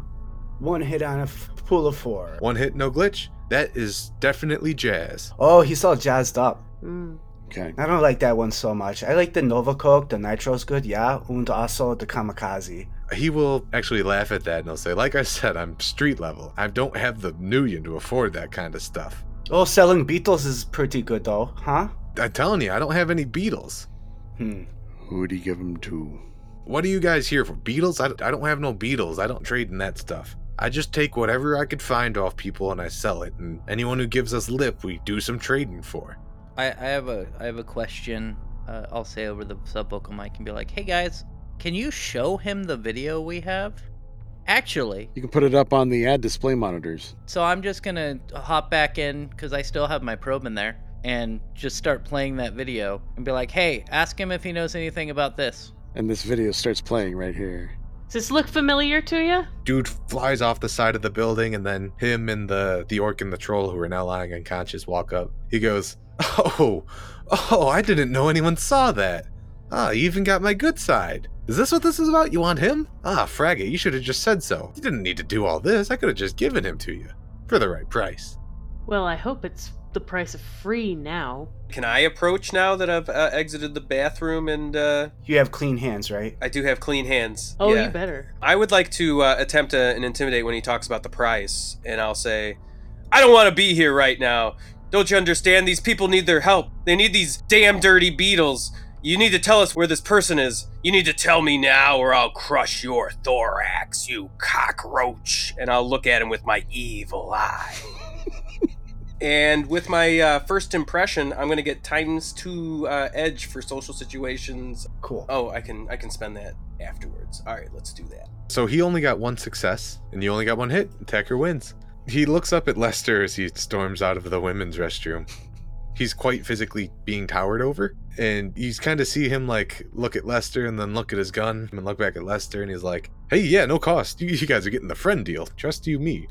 Speaker 2: One hit on a f- pool of four.
Speaker 1: One hit, no glitch. That is definitely jazz.
Speaker 2: Oh, he's all jazzed up.
Speaker 4: Mm.
Speaker 3: Okay.
Speaker 2: I don't like that one so much. I like the Nova Coke, the Nitro's good, yeah, and also the Kamikaze.
Speaker 1: He will actually laugh at that and he'll say, Like I said, I'm street level. I don't have the million to afford that kind of stuff.
Speaker 2: Oh, selling Beatles is pretty good though, huh?
Speaker 1: I'm telling you, I don't have any Beatles.
Speaker 2: Hmm.
Speaker 3: Who'd he give him to?
Speaker 1: What are you guys here for? Beatles? I don't, I don't have no Beatles. I don't trade in that stuff. I just take whatever I could find off people and I sell it. And anyone who gives us lip, we do some trading for.
Speaker 5: I, I have a I have a question. Uh, I'll say over the subvocal mic and be like, "Hey guys, can you show him the video we have?" Actually,
Speaker 3: You can put it up on the ad display monitors.
Speaker 5: so I'm just gonna hop back in because I still have my probe in there and just start playing that video and be like, "Hey, ask him if he knows anything about this."
Speaker 3: And this video starts playing right here.
Speaker 4: Does this look familiar to you?
Speaker 1: dude flies off the side of the building and then him and the the orc and the troll who are now lying unconscious walk up he goes Oh, oh, I didn't know anyone saw that. Ah, you even got my good side. Is this what this is about? You want him? Ah, Fragget, you should have just said so. You didn't need to do all this. I could have just given him to you. For the right price.
Speaker 4: Well, I hope it's the price of free now.
Speaker 6: Can I approach now that I've uh, exited the bathroom and uh,
Speaker 2: You have clean hands, right?
Speaker 6: I do have clean hands?
Speaker 4: Oh,
Speaker 6: yeah.
Speaker 4: you better.
Speaker 6: I would like to uh, attempt a, an intimidate when he talks about the price, and I'll say, I don't want to be here right now. Don't you understand? These people need their help. They need these damn dirty beetles. You need to tell us where this person is. You need to tell me now, or I'll crush your thorax, you cockroach. And I'll look at him with my evil eye. and with my uh, first impression, I'm going to get times two uh, edge for social situations.
Speaker 2: Cool.
Speaker 6: Oh, I can I can spend that afterwards. All right, let's do that.
Speaker 1: So he only got one success, and you only got one hit. Attacker wins. He looks up at Lester as he storms out of the women's restroom. He's quite physically being towered over, and you kind of see him like look at Lester and then look at his gun and look back at Lester, and he's like, "Hey, yeah, no cost. You, you guys are getting the friend deal. Trust you, me.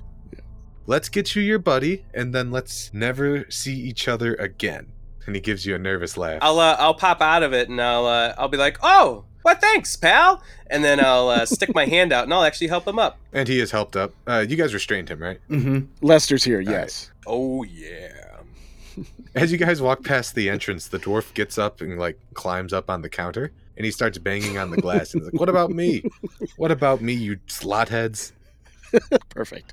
Speaker 1: Let's get you your buddy, and then let's never see each other again." And he gives you a nervous laugh.
Speaker 6: I'll uh, I'll pop out of it and I'll uh, I'll be like, oh, well, thanks, pal, and then I'll uh, stick my hand out and I'll actually help him up.
Speaker 1: and he is helped up. Uh, you guys restrained him, right?
Speaker 2: Mm-hmm.
Speaker 3: Lester's here, yes.
Speaker 6: Oh yeah.
Speaker 1: As you guys walk past the entrance, the dwarf gets up and like climbs up on the counter and he starts banging on the glass and he's like, What about me? What about me, you slot heads?
Speaker 3: Perfect.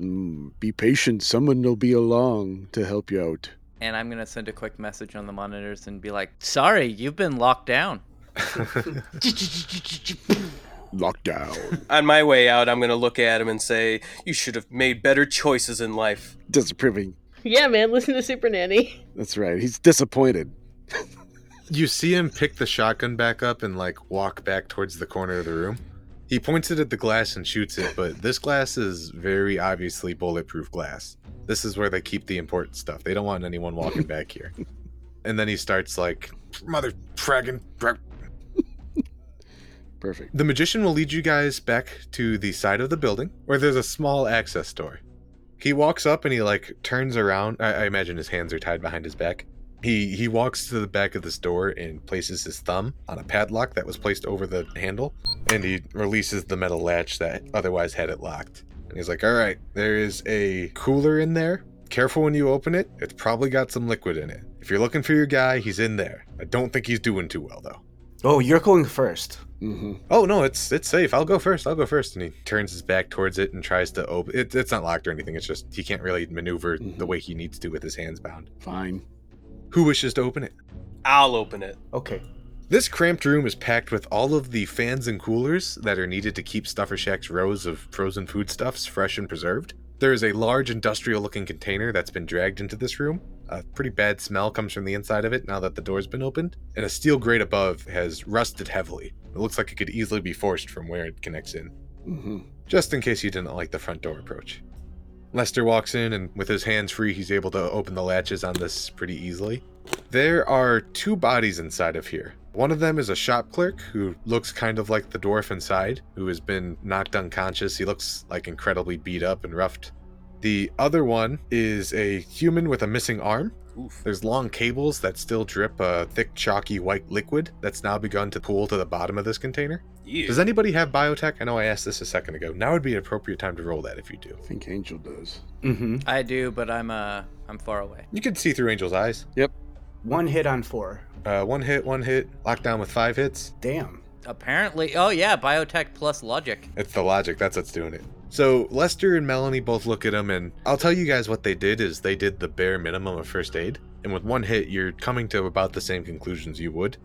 Speaker 3: Mm, be patient. Someone will be along to help you out.
Speaker 5: And I'm going to send a quick message on the monitors and be like, sorry, you've been locked down.
Speaker 3: Lockdown.
Speaker 6: On my way out, I'm gonna look at him and say, you should have made better choices in life.
Speaker 3: Disapproving.
Speaker 4: Yeah, man, listen to Super Nanny.
Speaker 3: That's right. He's disappointed.
Speaker 1: You see him pick the shotgun back up and like walk back towards the corner of the room. He points it at the glass and shoots it, but this glass is very obviously bulletproof glass. This is where they keep the important stuff. They don't want anyone walking back here. And then he starts like, Mother fraggin', frag-
Speaker 3: Perfect.
Speaker 1: The magician will lead you guys back to the side of the building where there's a small access door. He walks up and he like turns around. I, I imagine his hands are tied behind his back. He he walks to the back of this door and places his thumb on a padlock that was placed over the handle, and he releases the metal latch that otherwise had it locked. And he's like, "All right, there is a cooler in there. Careful when you open it. It's probably got some liquid in it. If you're looking for your guy, he's in there. I don't think he's doing too well though."
Speaker 2: Oh, you're going first.
Speaker 3: hmm
Speaker 1: Oh no, it's it's safe. I'll go first. I'll go first. And he turns his back towards it and tries to open. It, it's not locked or anything. It's just he can't really maneuver
Speaker 3: Mhm.
Speaker 1: the way he needs to with his hands bound.
Speaker 3: Fine.
Speaker 1: Who wishes to open it?
Speaker 6: I'll open it.
Speaker 2: Okay.
Speaker 1: This cramped room is packed with all of the fans and coolers that are needed to keep Stuffer Shack's rows of frozen foodstuffs fresh and preserved. There is a large industrial looking container that's been dragged into this room. A pretty bad smell comes from the inside of it now that the door's been opened, and a steel grate above has rusted heavily. It looks like it could easily be forced from where it connects in.
Speaker 3: hmm
Speaker 1: just in case you didn't like the front door approach. Lester walks in, and with his hands free, he's able to open the latches on this pretty easily. There are two bodies inside of here. One of them is a shop clerk who looks kind of like the dwarf inside, who has been knocked unconscious. He looks like incredibly beat up and roughed. The other one is a human with a missing arm.
Speaker 6: Oof.
Speaker 1: There's long cables that still drip a thick, chalky white liquid that's now begun to pool to the bottom of this container.
Speaker 6: Yeah.
Speaker 1: Does anybody have biotech? I know I asked this a second ago. Now would be an appropriate time to roll that if you do.
Speaker 3: I think Angel does.
Speaker 2: Mm-hmm.
Speaker 5: I do, but I'm uh I'm far away.
Speaker 1: You can see through Angel's eyes.
Speaker 2: One hit on four.
Speaker 1: Uh, one hit, one hit, lockdown with five hits.
Speaker 2: Damn.
Speaker 5: Apparently, oh yeah, biotech plus logic.
Speaker 1: It's the logic. That's what's doing it. So Lester and Melanie both look at him, and I'll tell you guys what they did is they did the bare minimum of first aid. And with one hit, you're coming to about the same conclusions you would.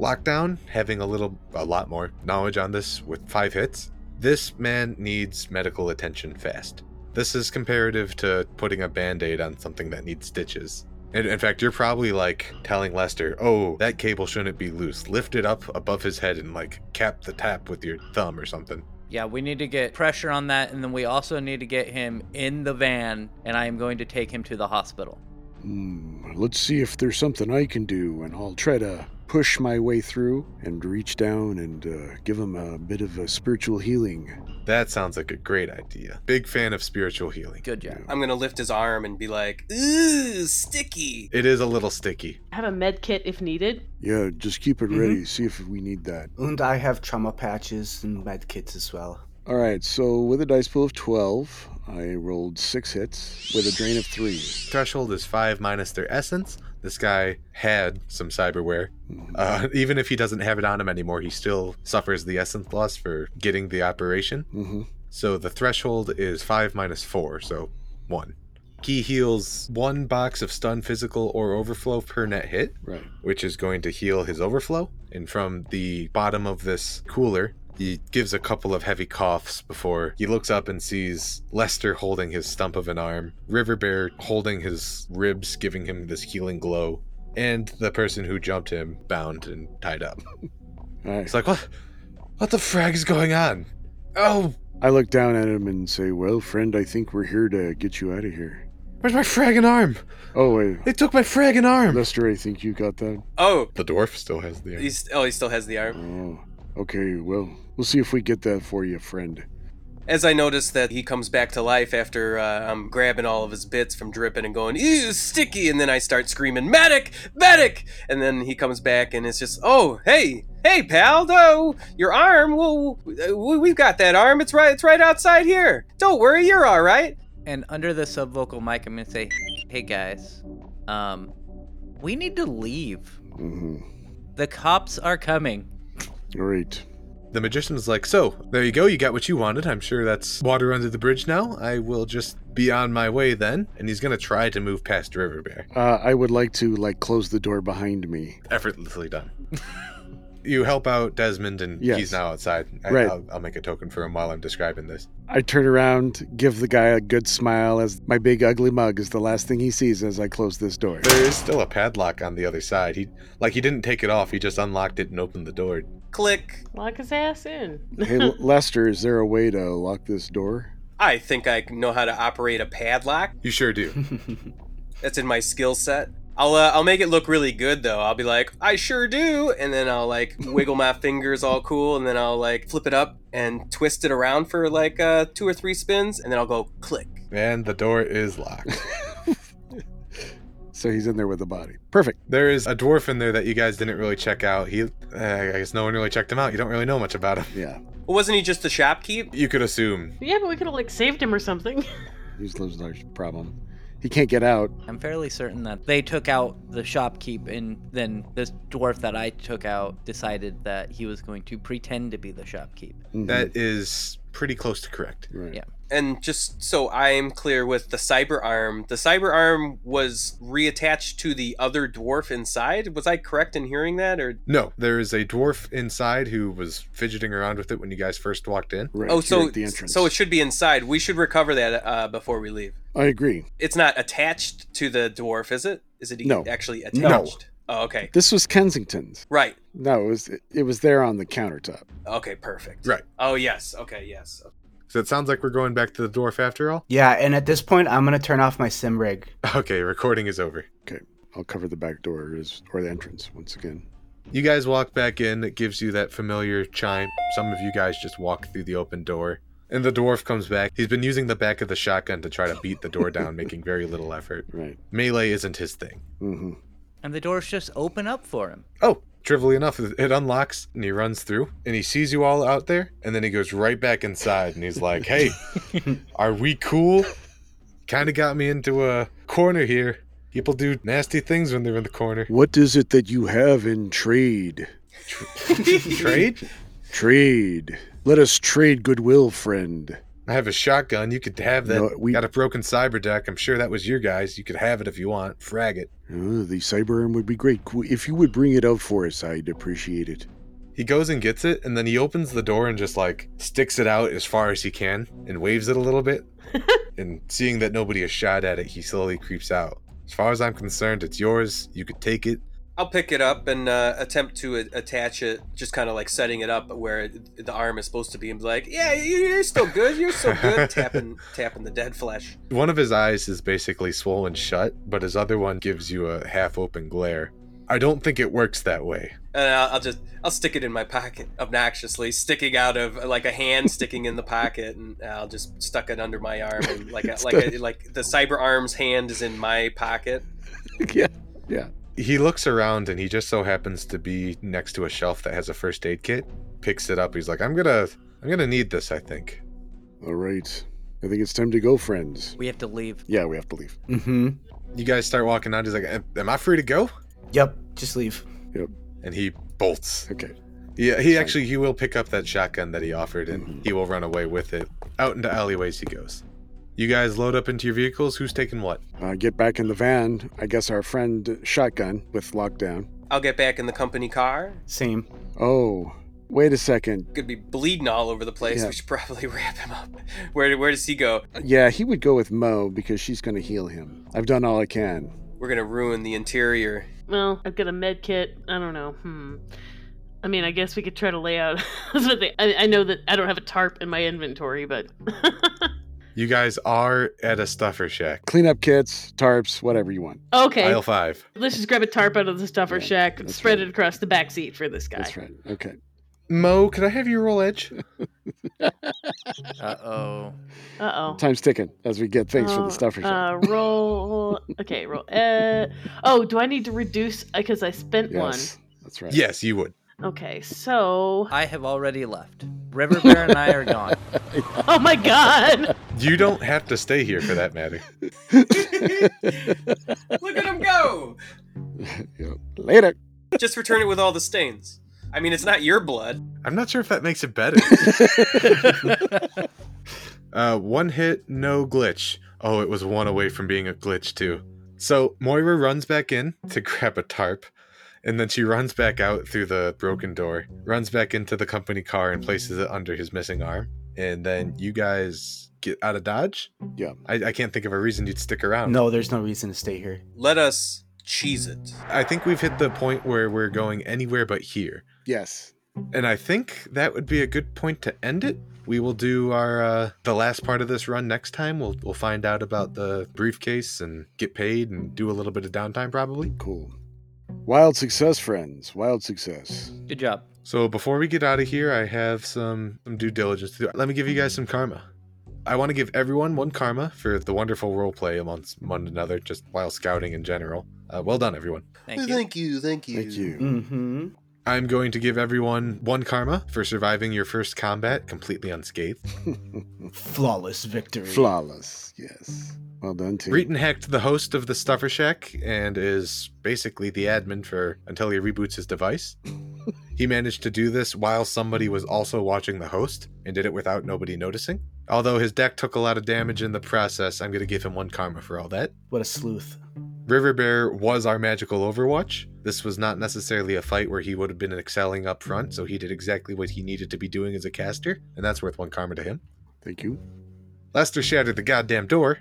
Speaker 1: Lockdown, having a little, a lot more knowledge on this with five hits. This man needs medical attention fast. This is comparative to putting a band aid on something that needs stitches. And in fact, you're probably like telling Lester, oh, that cable shouldn't be loose. Lift it up above his head and like cap the tap with your thumb or something.
Speaker 5: Yeah, we need to get pressure on that and then we also need to get him in the van and I am going to take him to the hospital.
Speaker 3: Hmm, Mm, let's see if there's something I can do, and I'll try to push my way through and reach down and uh, give him a bit of a spiritual healing.
Speaker 1: That sounds like a great idea. Big fan of spiritual healing.
Speaker 5: Good job.
Speaker 6: I'm gonna lift his arm and be like, ooh, sticky.
Speaker 1: It is a little sticky.
Speaker 4: Have a med kit if needed.
Speaker 3: Yeah, just keep it ready. See if we need that.
Speaker 2: And I have trauma patches and med kits as well.
Speaker 3: All right. So with a dice pool of twelve, I rolled six hits with a drain of three.
Speaker 1: Threshold is five minus their essence. This guy had some cyberware.
Speaker 3: Mhm.
Speaker 1: Uh, even if he doesn't have it on him anymore, he still suffers the essence loss for getting the operation.
Speaker 3: Mhm.
Speaker 1: So the threshold is 5 minus 4, so 1. He heals one box of stun physical or overflow per net hit,
Speaker 3: Right.
Speaker 1: which is going to heal his overflow. And from the bottom of this cooler, he gives a couple of heavy coughs before he looks up and sees Lester holding his stump of an arm, River Bear holding his ribs, giving him this healing glow, and the person who jumped him bound and tied up.
Speaker 3: All right.
Speaker 1: He's like, What? What the frag is going on? Oh,
Speaker 3: I look down at him and say, "Well, friend, I think we're here to get you out of here."
Speaker 1: where's my fragging arm?
Speaker 3: Oh wait,
Speaker 1: They took my fragging arm.
Speaker 3: Lester, I think you got that.
Speaker 6: Oh,
Speaker 1: The dwarf still has the arm.
Speaker 6: he's oh he still has the arm.
Speaker 3: Oh, okay. Well, we'll see if we get that for you, friend.
Speaker 6: As I notice that he comes back to life after uh, I'm grabbing all of his bits from dripping and going, ew, sticky. And then I start screaming, medic, medic. And then he comes back and it's just, oh, hey, hey, pal, no, your arm, well, we- we've got that arm. It's right, it's right outside here. Don't worry, you're all right.
Speaker 5: And under the subvocal mic, I'm gonna say, "Hey guys, um, we need to leave.
Speaker 3: Mm-hmm.
Speaker 5: The cops are coming."
Speaker 3: All right.
Speaker 1: The magician's like, So, there you go, you got what you wanted. I'm sure that's water under the bridge now. I will just be on my way then. And he's gonna try to move past River Bear.
Speaker 3: Uh, I would like to like close the door behind me.
Speaker 1: Effortlessly done. you help out Desmond, and
Speaker 3: Yes.
Speaker 1: he's now outside. I,
Speaker 3: Right.
Speaker 1: I'll, I'll make a token for him while I'm describing this.
Speaker 3: I turn around, give the guy a good smile as my big ugly mug is the last thing he sees as I close this door.
Speaker 1: There is still a padlock on the other side. He, like, he didn't take it off. He just unlocked it and opened the door.
Speaker 6: Click.
Speaker 4: Lock his ass in.
Speaker 3: hey, L- Lester, is there a way to lock this door?
Speaker 6: I think I know how to operate a padlock.
Speaker 1: You sure do.
Speaker 6: That's in my skill set. I'll uh, I'll make it look really good though. I'll be like, I sure do, and then I'll like wiggle my fingers all cool, and then I'll like flip it up and twist it around for like uh, two or three spins, and then I'll go click.
Speaker 1: and the door is locked.
Speaker 3: So he's in there with the body. Perfect.
Speaker 1: There is a dwarf in there that you guys didn't really check out. He, uh, I guess no one really checked him out. You don't really know much about him.
Speaker 3: Yeah,
Speaker 6: Well, wasn't he just the shopkeep?
Speaker 1: You could assume
Speaker 4: Yeah, but we could have like saved him or something.
Speaker 3: he's lives large problem. He can't get out.
Speaker 5: I'm fairly certain that they took out the shopkeep, and then this dwarf that I took out decided that he was going to pretend to be the shopkeep.
Speaker 3: Mhm.
Speaker 1: That is pretty close to correct.
Speaker 3: right.
Speaker 5: yeah.
Speaker 6: And just so I'm clear with the cyber arm, the cyber arm was reattached to the other dwarf inside. Was I correct in hearing that, or
Speaker 1: No, there is a dwarf inside who was fidgeting around with it when you guys first walked in.
Speaker 3: Right
Speaker 6: oh,
Speaker 3: here
Speaker 6: so
Speaker 3: at the entrance.
Speaker 6: so it should be inside. We should recover that uh, before we leave.
Speaker 3: I agree.
Speaker 6: it's not attached to the dwarf, is it? Is it e-
Speaker 3: No.
Speaker 6: actually attached?
Speaker 3: No.
Speaker 6: Oh, okay.
Speaker 3: This was Kensington's.
Speaker 6: Right.
Speaker 3: No, it was it was there on the countertop.
Speaker 6: Okay, perfect.
Speaker 1: Right.
Speaker 6: Oh, yes. Okay, yes.
Speaker 1: So it sounds like we're going back to the dwarf after all.
Speaker 2: yeah, and at this point, I'm gonna turn off my sim rig.
Speaker 1: Okay, recording is over.
Speaker 3: I'll cover the back door is, or the entrance once again.
Speaker 1: You guys walk back in. It gives you that familiar chime. Some of you guys just walk through the open door. And the dwarf comes back. He's been using the back of the shotgun to try to beat the door down, making very little effort.
Speaker 3: Right.
Speaker 1: Melee isn't his thing.
Speaker 3: Mm-hmm.
Speaker 5: And the doors just open up for him.
Speaker 1: Oh, trivially enough, it unlocks and he runs through and he sees you all out there and then he goes right back inside and he's like, "Hey, are we cool?" Kind of got me into a corner here. People do nasty things when they're in the corner.
Speaker 3: What is it that you have in trade?
Speaker 1: Trade?
Speaker 3: Trade. Let us trade goodwill, friend.
Speaker 1: I have a shotgun. You could have that.
Speaker 3: No, we-
Speaker 1: Got a broken cyber deck. I'm sure that was your guys. You could have it if you want. Frag it.
Speaker 3: Oh, the cyber arm would be great. Qu- If you would bring it out for us, I'd appreciate it.
Speaker 1: He goes and gets it and then he opens the door and just like sticks it out as far as he can and waves it a little bit. and seeing that nobody has shot at it, he slowly creeps out. As far as I'm concerned, it's yours. You could take it.
Speaker 6: I'll pick it up and uh, attempt to a- attach it, just kind of like setting it up where it, the arm is supposed to be, and be like, "Yeah, you- you're still good. You're so good." tapping, tapping the dead flesh.
Speaker 1: One of his eyes is basically swollen shut, but his other one gives you a half open glare. I don't think it works that way.
Speaker 6: And I'll, I'll just I'll stick it in my pocket obnoxiously, sticking out of like a hand sticking in the pocket, and I'll just stuck it under my arm, and like a, like a, like the cyber arm's hand is in my pocket.
Speaker 3: yeah.
Speaker 1: He looks around and he just so happens to be next to a shelf that has a first aid kit. Picks it up. He's like, "I'm gonna, I'm gonna need this. I think."
Speaker 3: All right. I think it's time to go, friends.
Speaker 5: We have to leave.
Speaker 3: Yeah, we have to leave.
Speaker 2: Mm-hmm.
Speaker 1: You guys start walking out. He's like, "Am am I free to go?"
Speaker 2: Yep. Just leave.
Speaker 1: And he bolts.
Speaker 3: Okay.
Speaker 1: Yeah, he actually he will pick up that shotgun that he offered and he will run away with it. Out into alleyways he goes. You guys load up into your vehicles. Who's taking what?
Speaker 3: Uh, get back in the van. I guess our friend uh, Shotgun with lockdown.
Speaker 6: I'll get back in the company car.
Speaker 2: Same.
Speaker 3: Oh, wait a second.
Speaker 6: Could be bleeding all over the place.
Speaker 3: Yeah.
Speaker 6: We should probably wrap him up. Where where does he go?
Speaker 3: Yeah, he would go with Mo because she's going to heal him. I've done all I can.
Speaker 6: We're gonna ruin the interior.
Speaker 4: Well, I've got a med kit. I don't know. Hmm. I mean, I guess we could try to lay out. That's what they- I, I know that I don't have a tarp in my inventory, but
Speaker 1: You guys are at a stuffer shack.
Speaker 3: Cleanup kits, tarps, whatever you want.
Speaker 4: okay.
Speaker 1: Aisle five.
Speaker 4: Let's just grab a tarp out of the stuffer
Speaker 3: Yeah,
Speaker 4: shack and
Speaker 3: that's
Speaker 4: spread
Speaker 3: right.
Speaker 4: it across the back seat for this guy.
Speaker 3: That's right. Okay.
Speaker 1: Mo, could I have your roll edge?
Speaker 5: Uh oh.
Speaker 4: Uh oh.
Speaker 3: Time's ticking as we get things for the stuffer. shop.
Speaker 4: Uh, roll. Okay, roll. Uh, oh, do I need to reduce? Because I spent
Speaker 3: yes. That's right.
Speaker 1: Yes, you would.
Speaker 4: one. Okay, so.
Speaker 5: I have already left. River Bear and I are gone.
Speaker 4: Oh my god!
Speaker 1: You don't have to stay here for that matter.
Speaker 6: Look at him go!
Speaker 3: Yep. Later.
Speaker 6: Just return it with all the stains. I mean, it's not your blood.
Speaker 1: I'm not sure if that makes it better. uh, one hit, no glitch. Oh, it was one away from being a glitch, too. So Moira runs back in to grab a tarp, and then she runs back out through the broken door, runs back into the company car and places it under his missing arm. And then you guys get out of Dodge?
Speaker 3: Yeah.
Speaker 1: I, I can't think of a reason you'd stick around.
Speaker 2: No, there's no reason to stay here.
Speaker 6: Let us cheese it.
Speaker 1: I think we've hit the point where we're going anywhere but here.
Speaker 3: Yes.
Speaker 1: And I think that would be a good point to end it. We will do our uh, the last part of this run next time. We'll we'll find out about the briefcase and get paid and do a little bit of downtime probably.
Speaker 3: Cool. Wild success, friends. Wild success.
Speaker 5: Good job.
Speaker 1: So before we get out of here, I have some some due diligence to do. Let me give you guys some karma. I want to give everyone one karma for the wonderful role play amongst one another, just while scouting in general. Uh, well done, everyone.
Speaker 5: Thank you.
Speaker 6: you, thank you.
Speaker 3: Thank you.
Speaker 2: Mm-hmm.
Speaker 1: I'm going to give everyone one karma for surviving your first combat completely unscathed.
Speaker 2: Flawless victory.
Speaker 3: Flawless. Yes. Well done, team.
Speaker 1: Reeton hacked the host of the Stuffer Shack and is basically the admin for until he reboots his device. he managed to do this while somebody was also watching the host and did it without nobody noticing. Although his deck took a lot of damage in the process, I'm going to give him one karma for all that.
Speaker 2: What a sleuth.
Speaker 1: River Bear was our magical Overwatch. This was not necessarily a fight where he would have been excelling up front, so he did exactly what he needed to be doing as a caster, and that's worth one karma to him.
Speaker 3: Thank you.
Speaker 1: Lester shattered the goddamn door.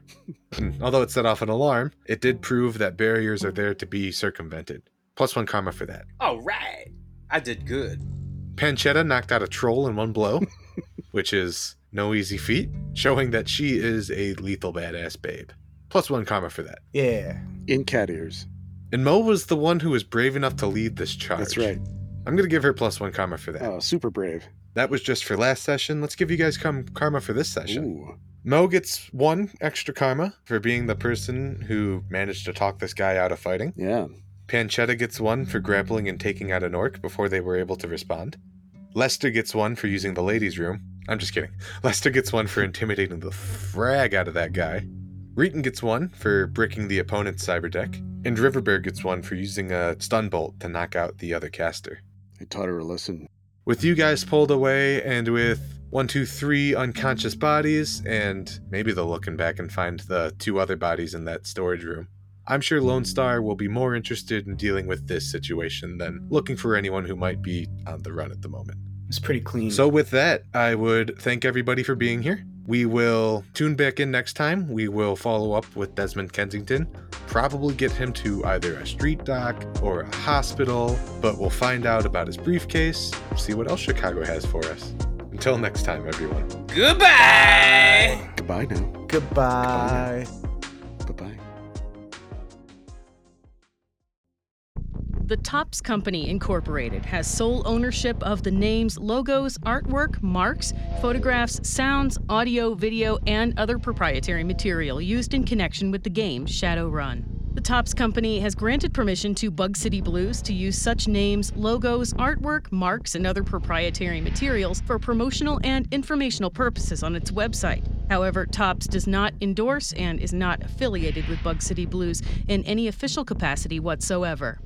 Speaker 1: And Although it set off an alarm, it did prove that barriers are there to be circumvented. Plus one karma for that.
Speaker 6: All right. I did good.
Speaker 1: Panchetta knocked out a troll in one blow, which is no easy feat, showing that she is a lethal badass babe. Plus one karma for that.
Speaker 2: Yeah.
Speaker 3: In cat ears.
Speaker 1: And Mo was the one who was brave enough to lead this charge.
Speaker 3: That's right.
Speaker 1: I'm going to give her plus one karma for that.
Speaker 3: Oh, super brave.
Speaker 1: That was just for last session. Let's give you guys com- karma for this session.
Speaker 3: Ooh.
Speaker 1: Mo gets one extra karma for being the person who managed to talk this guy out of fighting.
Speaker 3: Yeah.
Speaker 1: Panchetta gets one for grappling and taking out an orc before they were able to respond. Lester gets one for using the ladies' room. I'm just kidding. Lester gets one for intimidating the frag out of that guy. Reeton gets one for bricking the opponent's cyber deck. And Riverbear gets one for using a stun bolt to knock out the other caster.
Speaker 3: I taught her a lesson.
Speaker 1: With you guys pulled away, and with one, two, three unconscious bodies, and maybe they'll look in back and find the two other bodies in that storage room. I'm sure Lone Star will be more interested in dealing with this situation than looking for anyone who might be on the run at the moment.
Speaker 2: It's pretty clean.
Speaker 1: So, with that, I would thank everybody for being here. We will tune back in next time. We will follow up with Desmond Kensington, probably get him to either a street doc or a hospital, but we'll find out about his briefcase, see what else Chicago has for us. Until next time, everyone.
Speaker 6: Goodbye.
Speaker 3: Goodbye now.
Speaker 2: goodbye.
Speaker 3: Bye bye.
Speaker 4: The Tops Company Incorporated has sole ownership of the names, logos, artwork, marks, photographs, sounds, audio, video, and other proprietary material used in connection with the game Shadowrun. The Tops Company has granted permission to Bug City Blues to use such names, logos, artwork, marks, and other proprietary materials for promotional and informational purposes on its website. However, Tops does not endorse and is not affiliated with Bug City Blues in any official capacity whatsoever.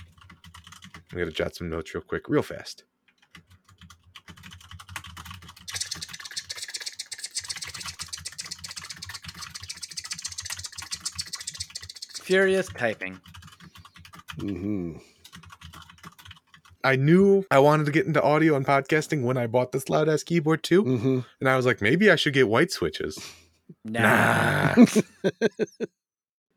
Speaker 1: I'm going to jot some notes real quick, real fast.
Speaker 5: Furious typing.
Speaker 3: Mm-hmm.
Speaker 1: I knew I wanted to get into audio and podcasting when I bought this loud ass keyboard
Speaker 2: Mm.
Speaker 1: too.
Speaker 3: Mm-hmm.
Speaker 1: And I was like, maybe I should get white switches.
Speaker 5: Nah.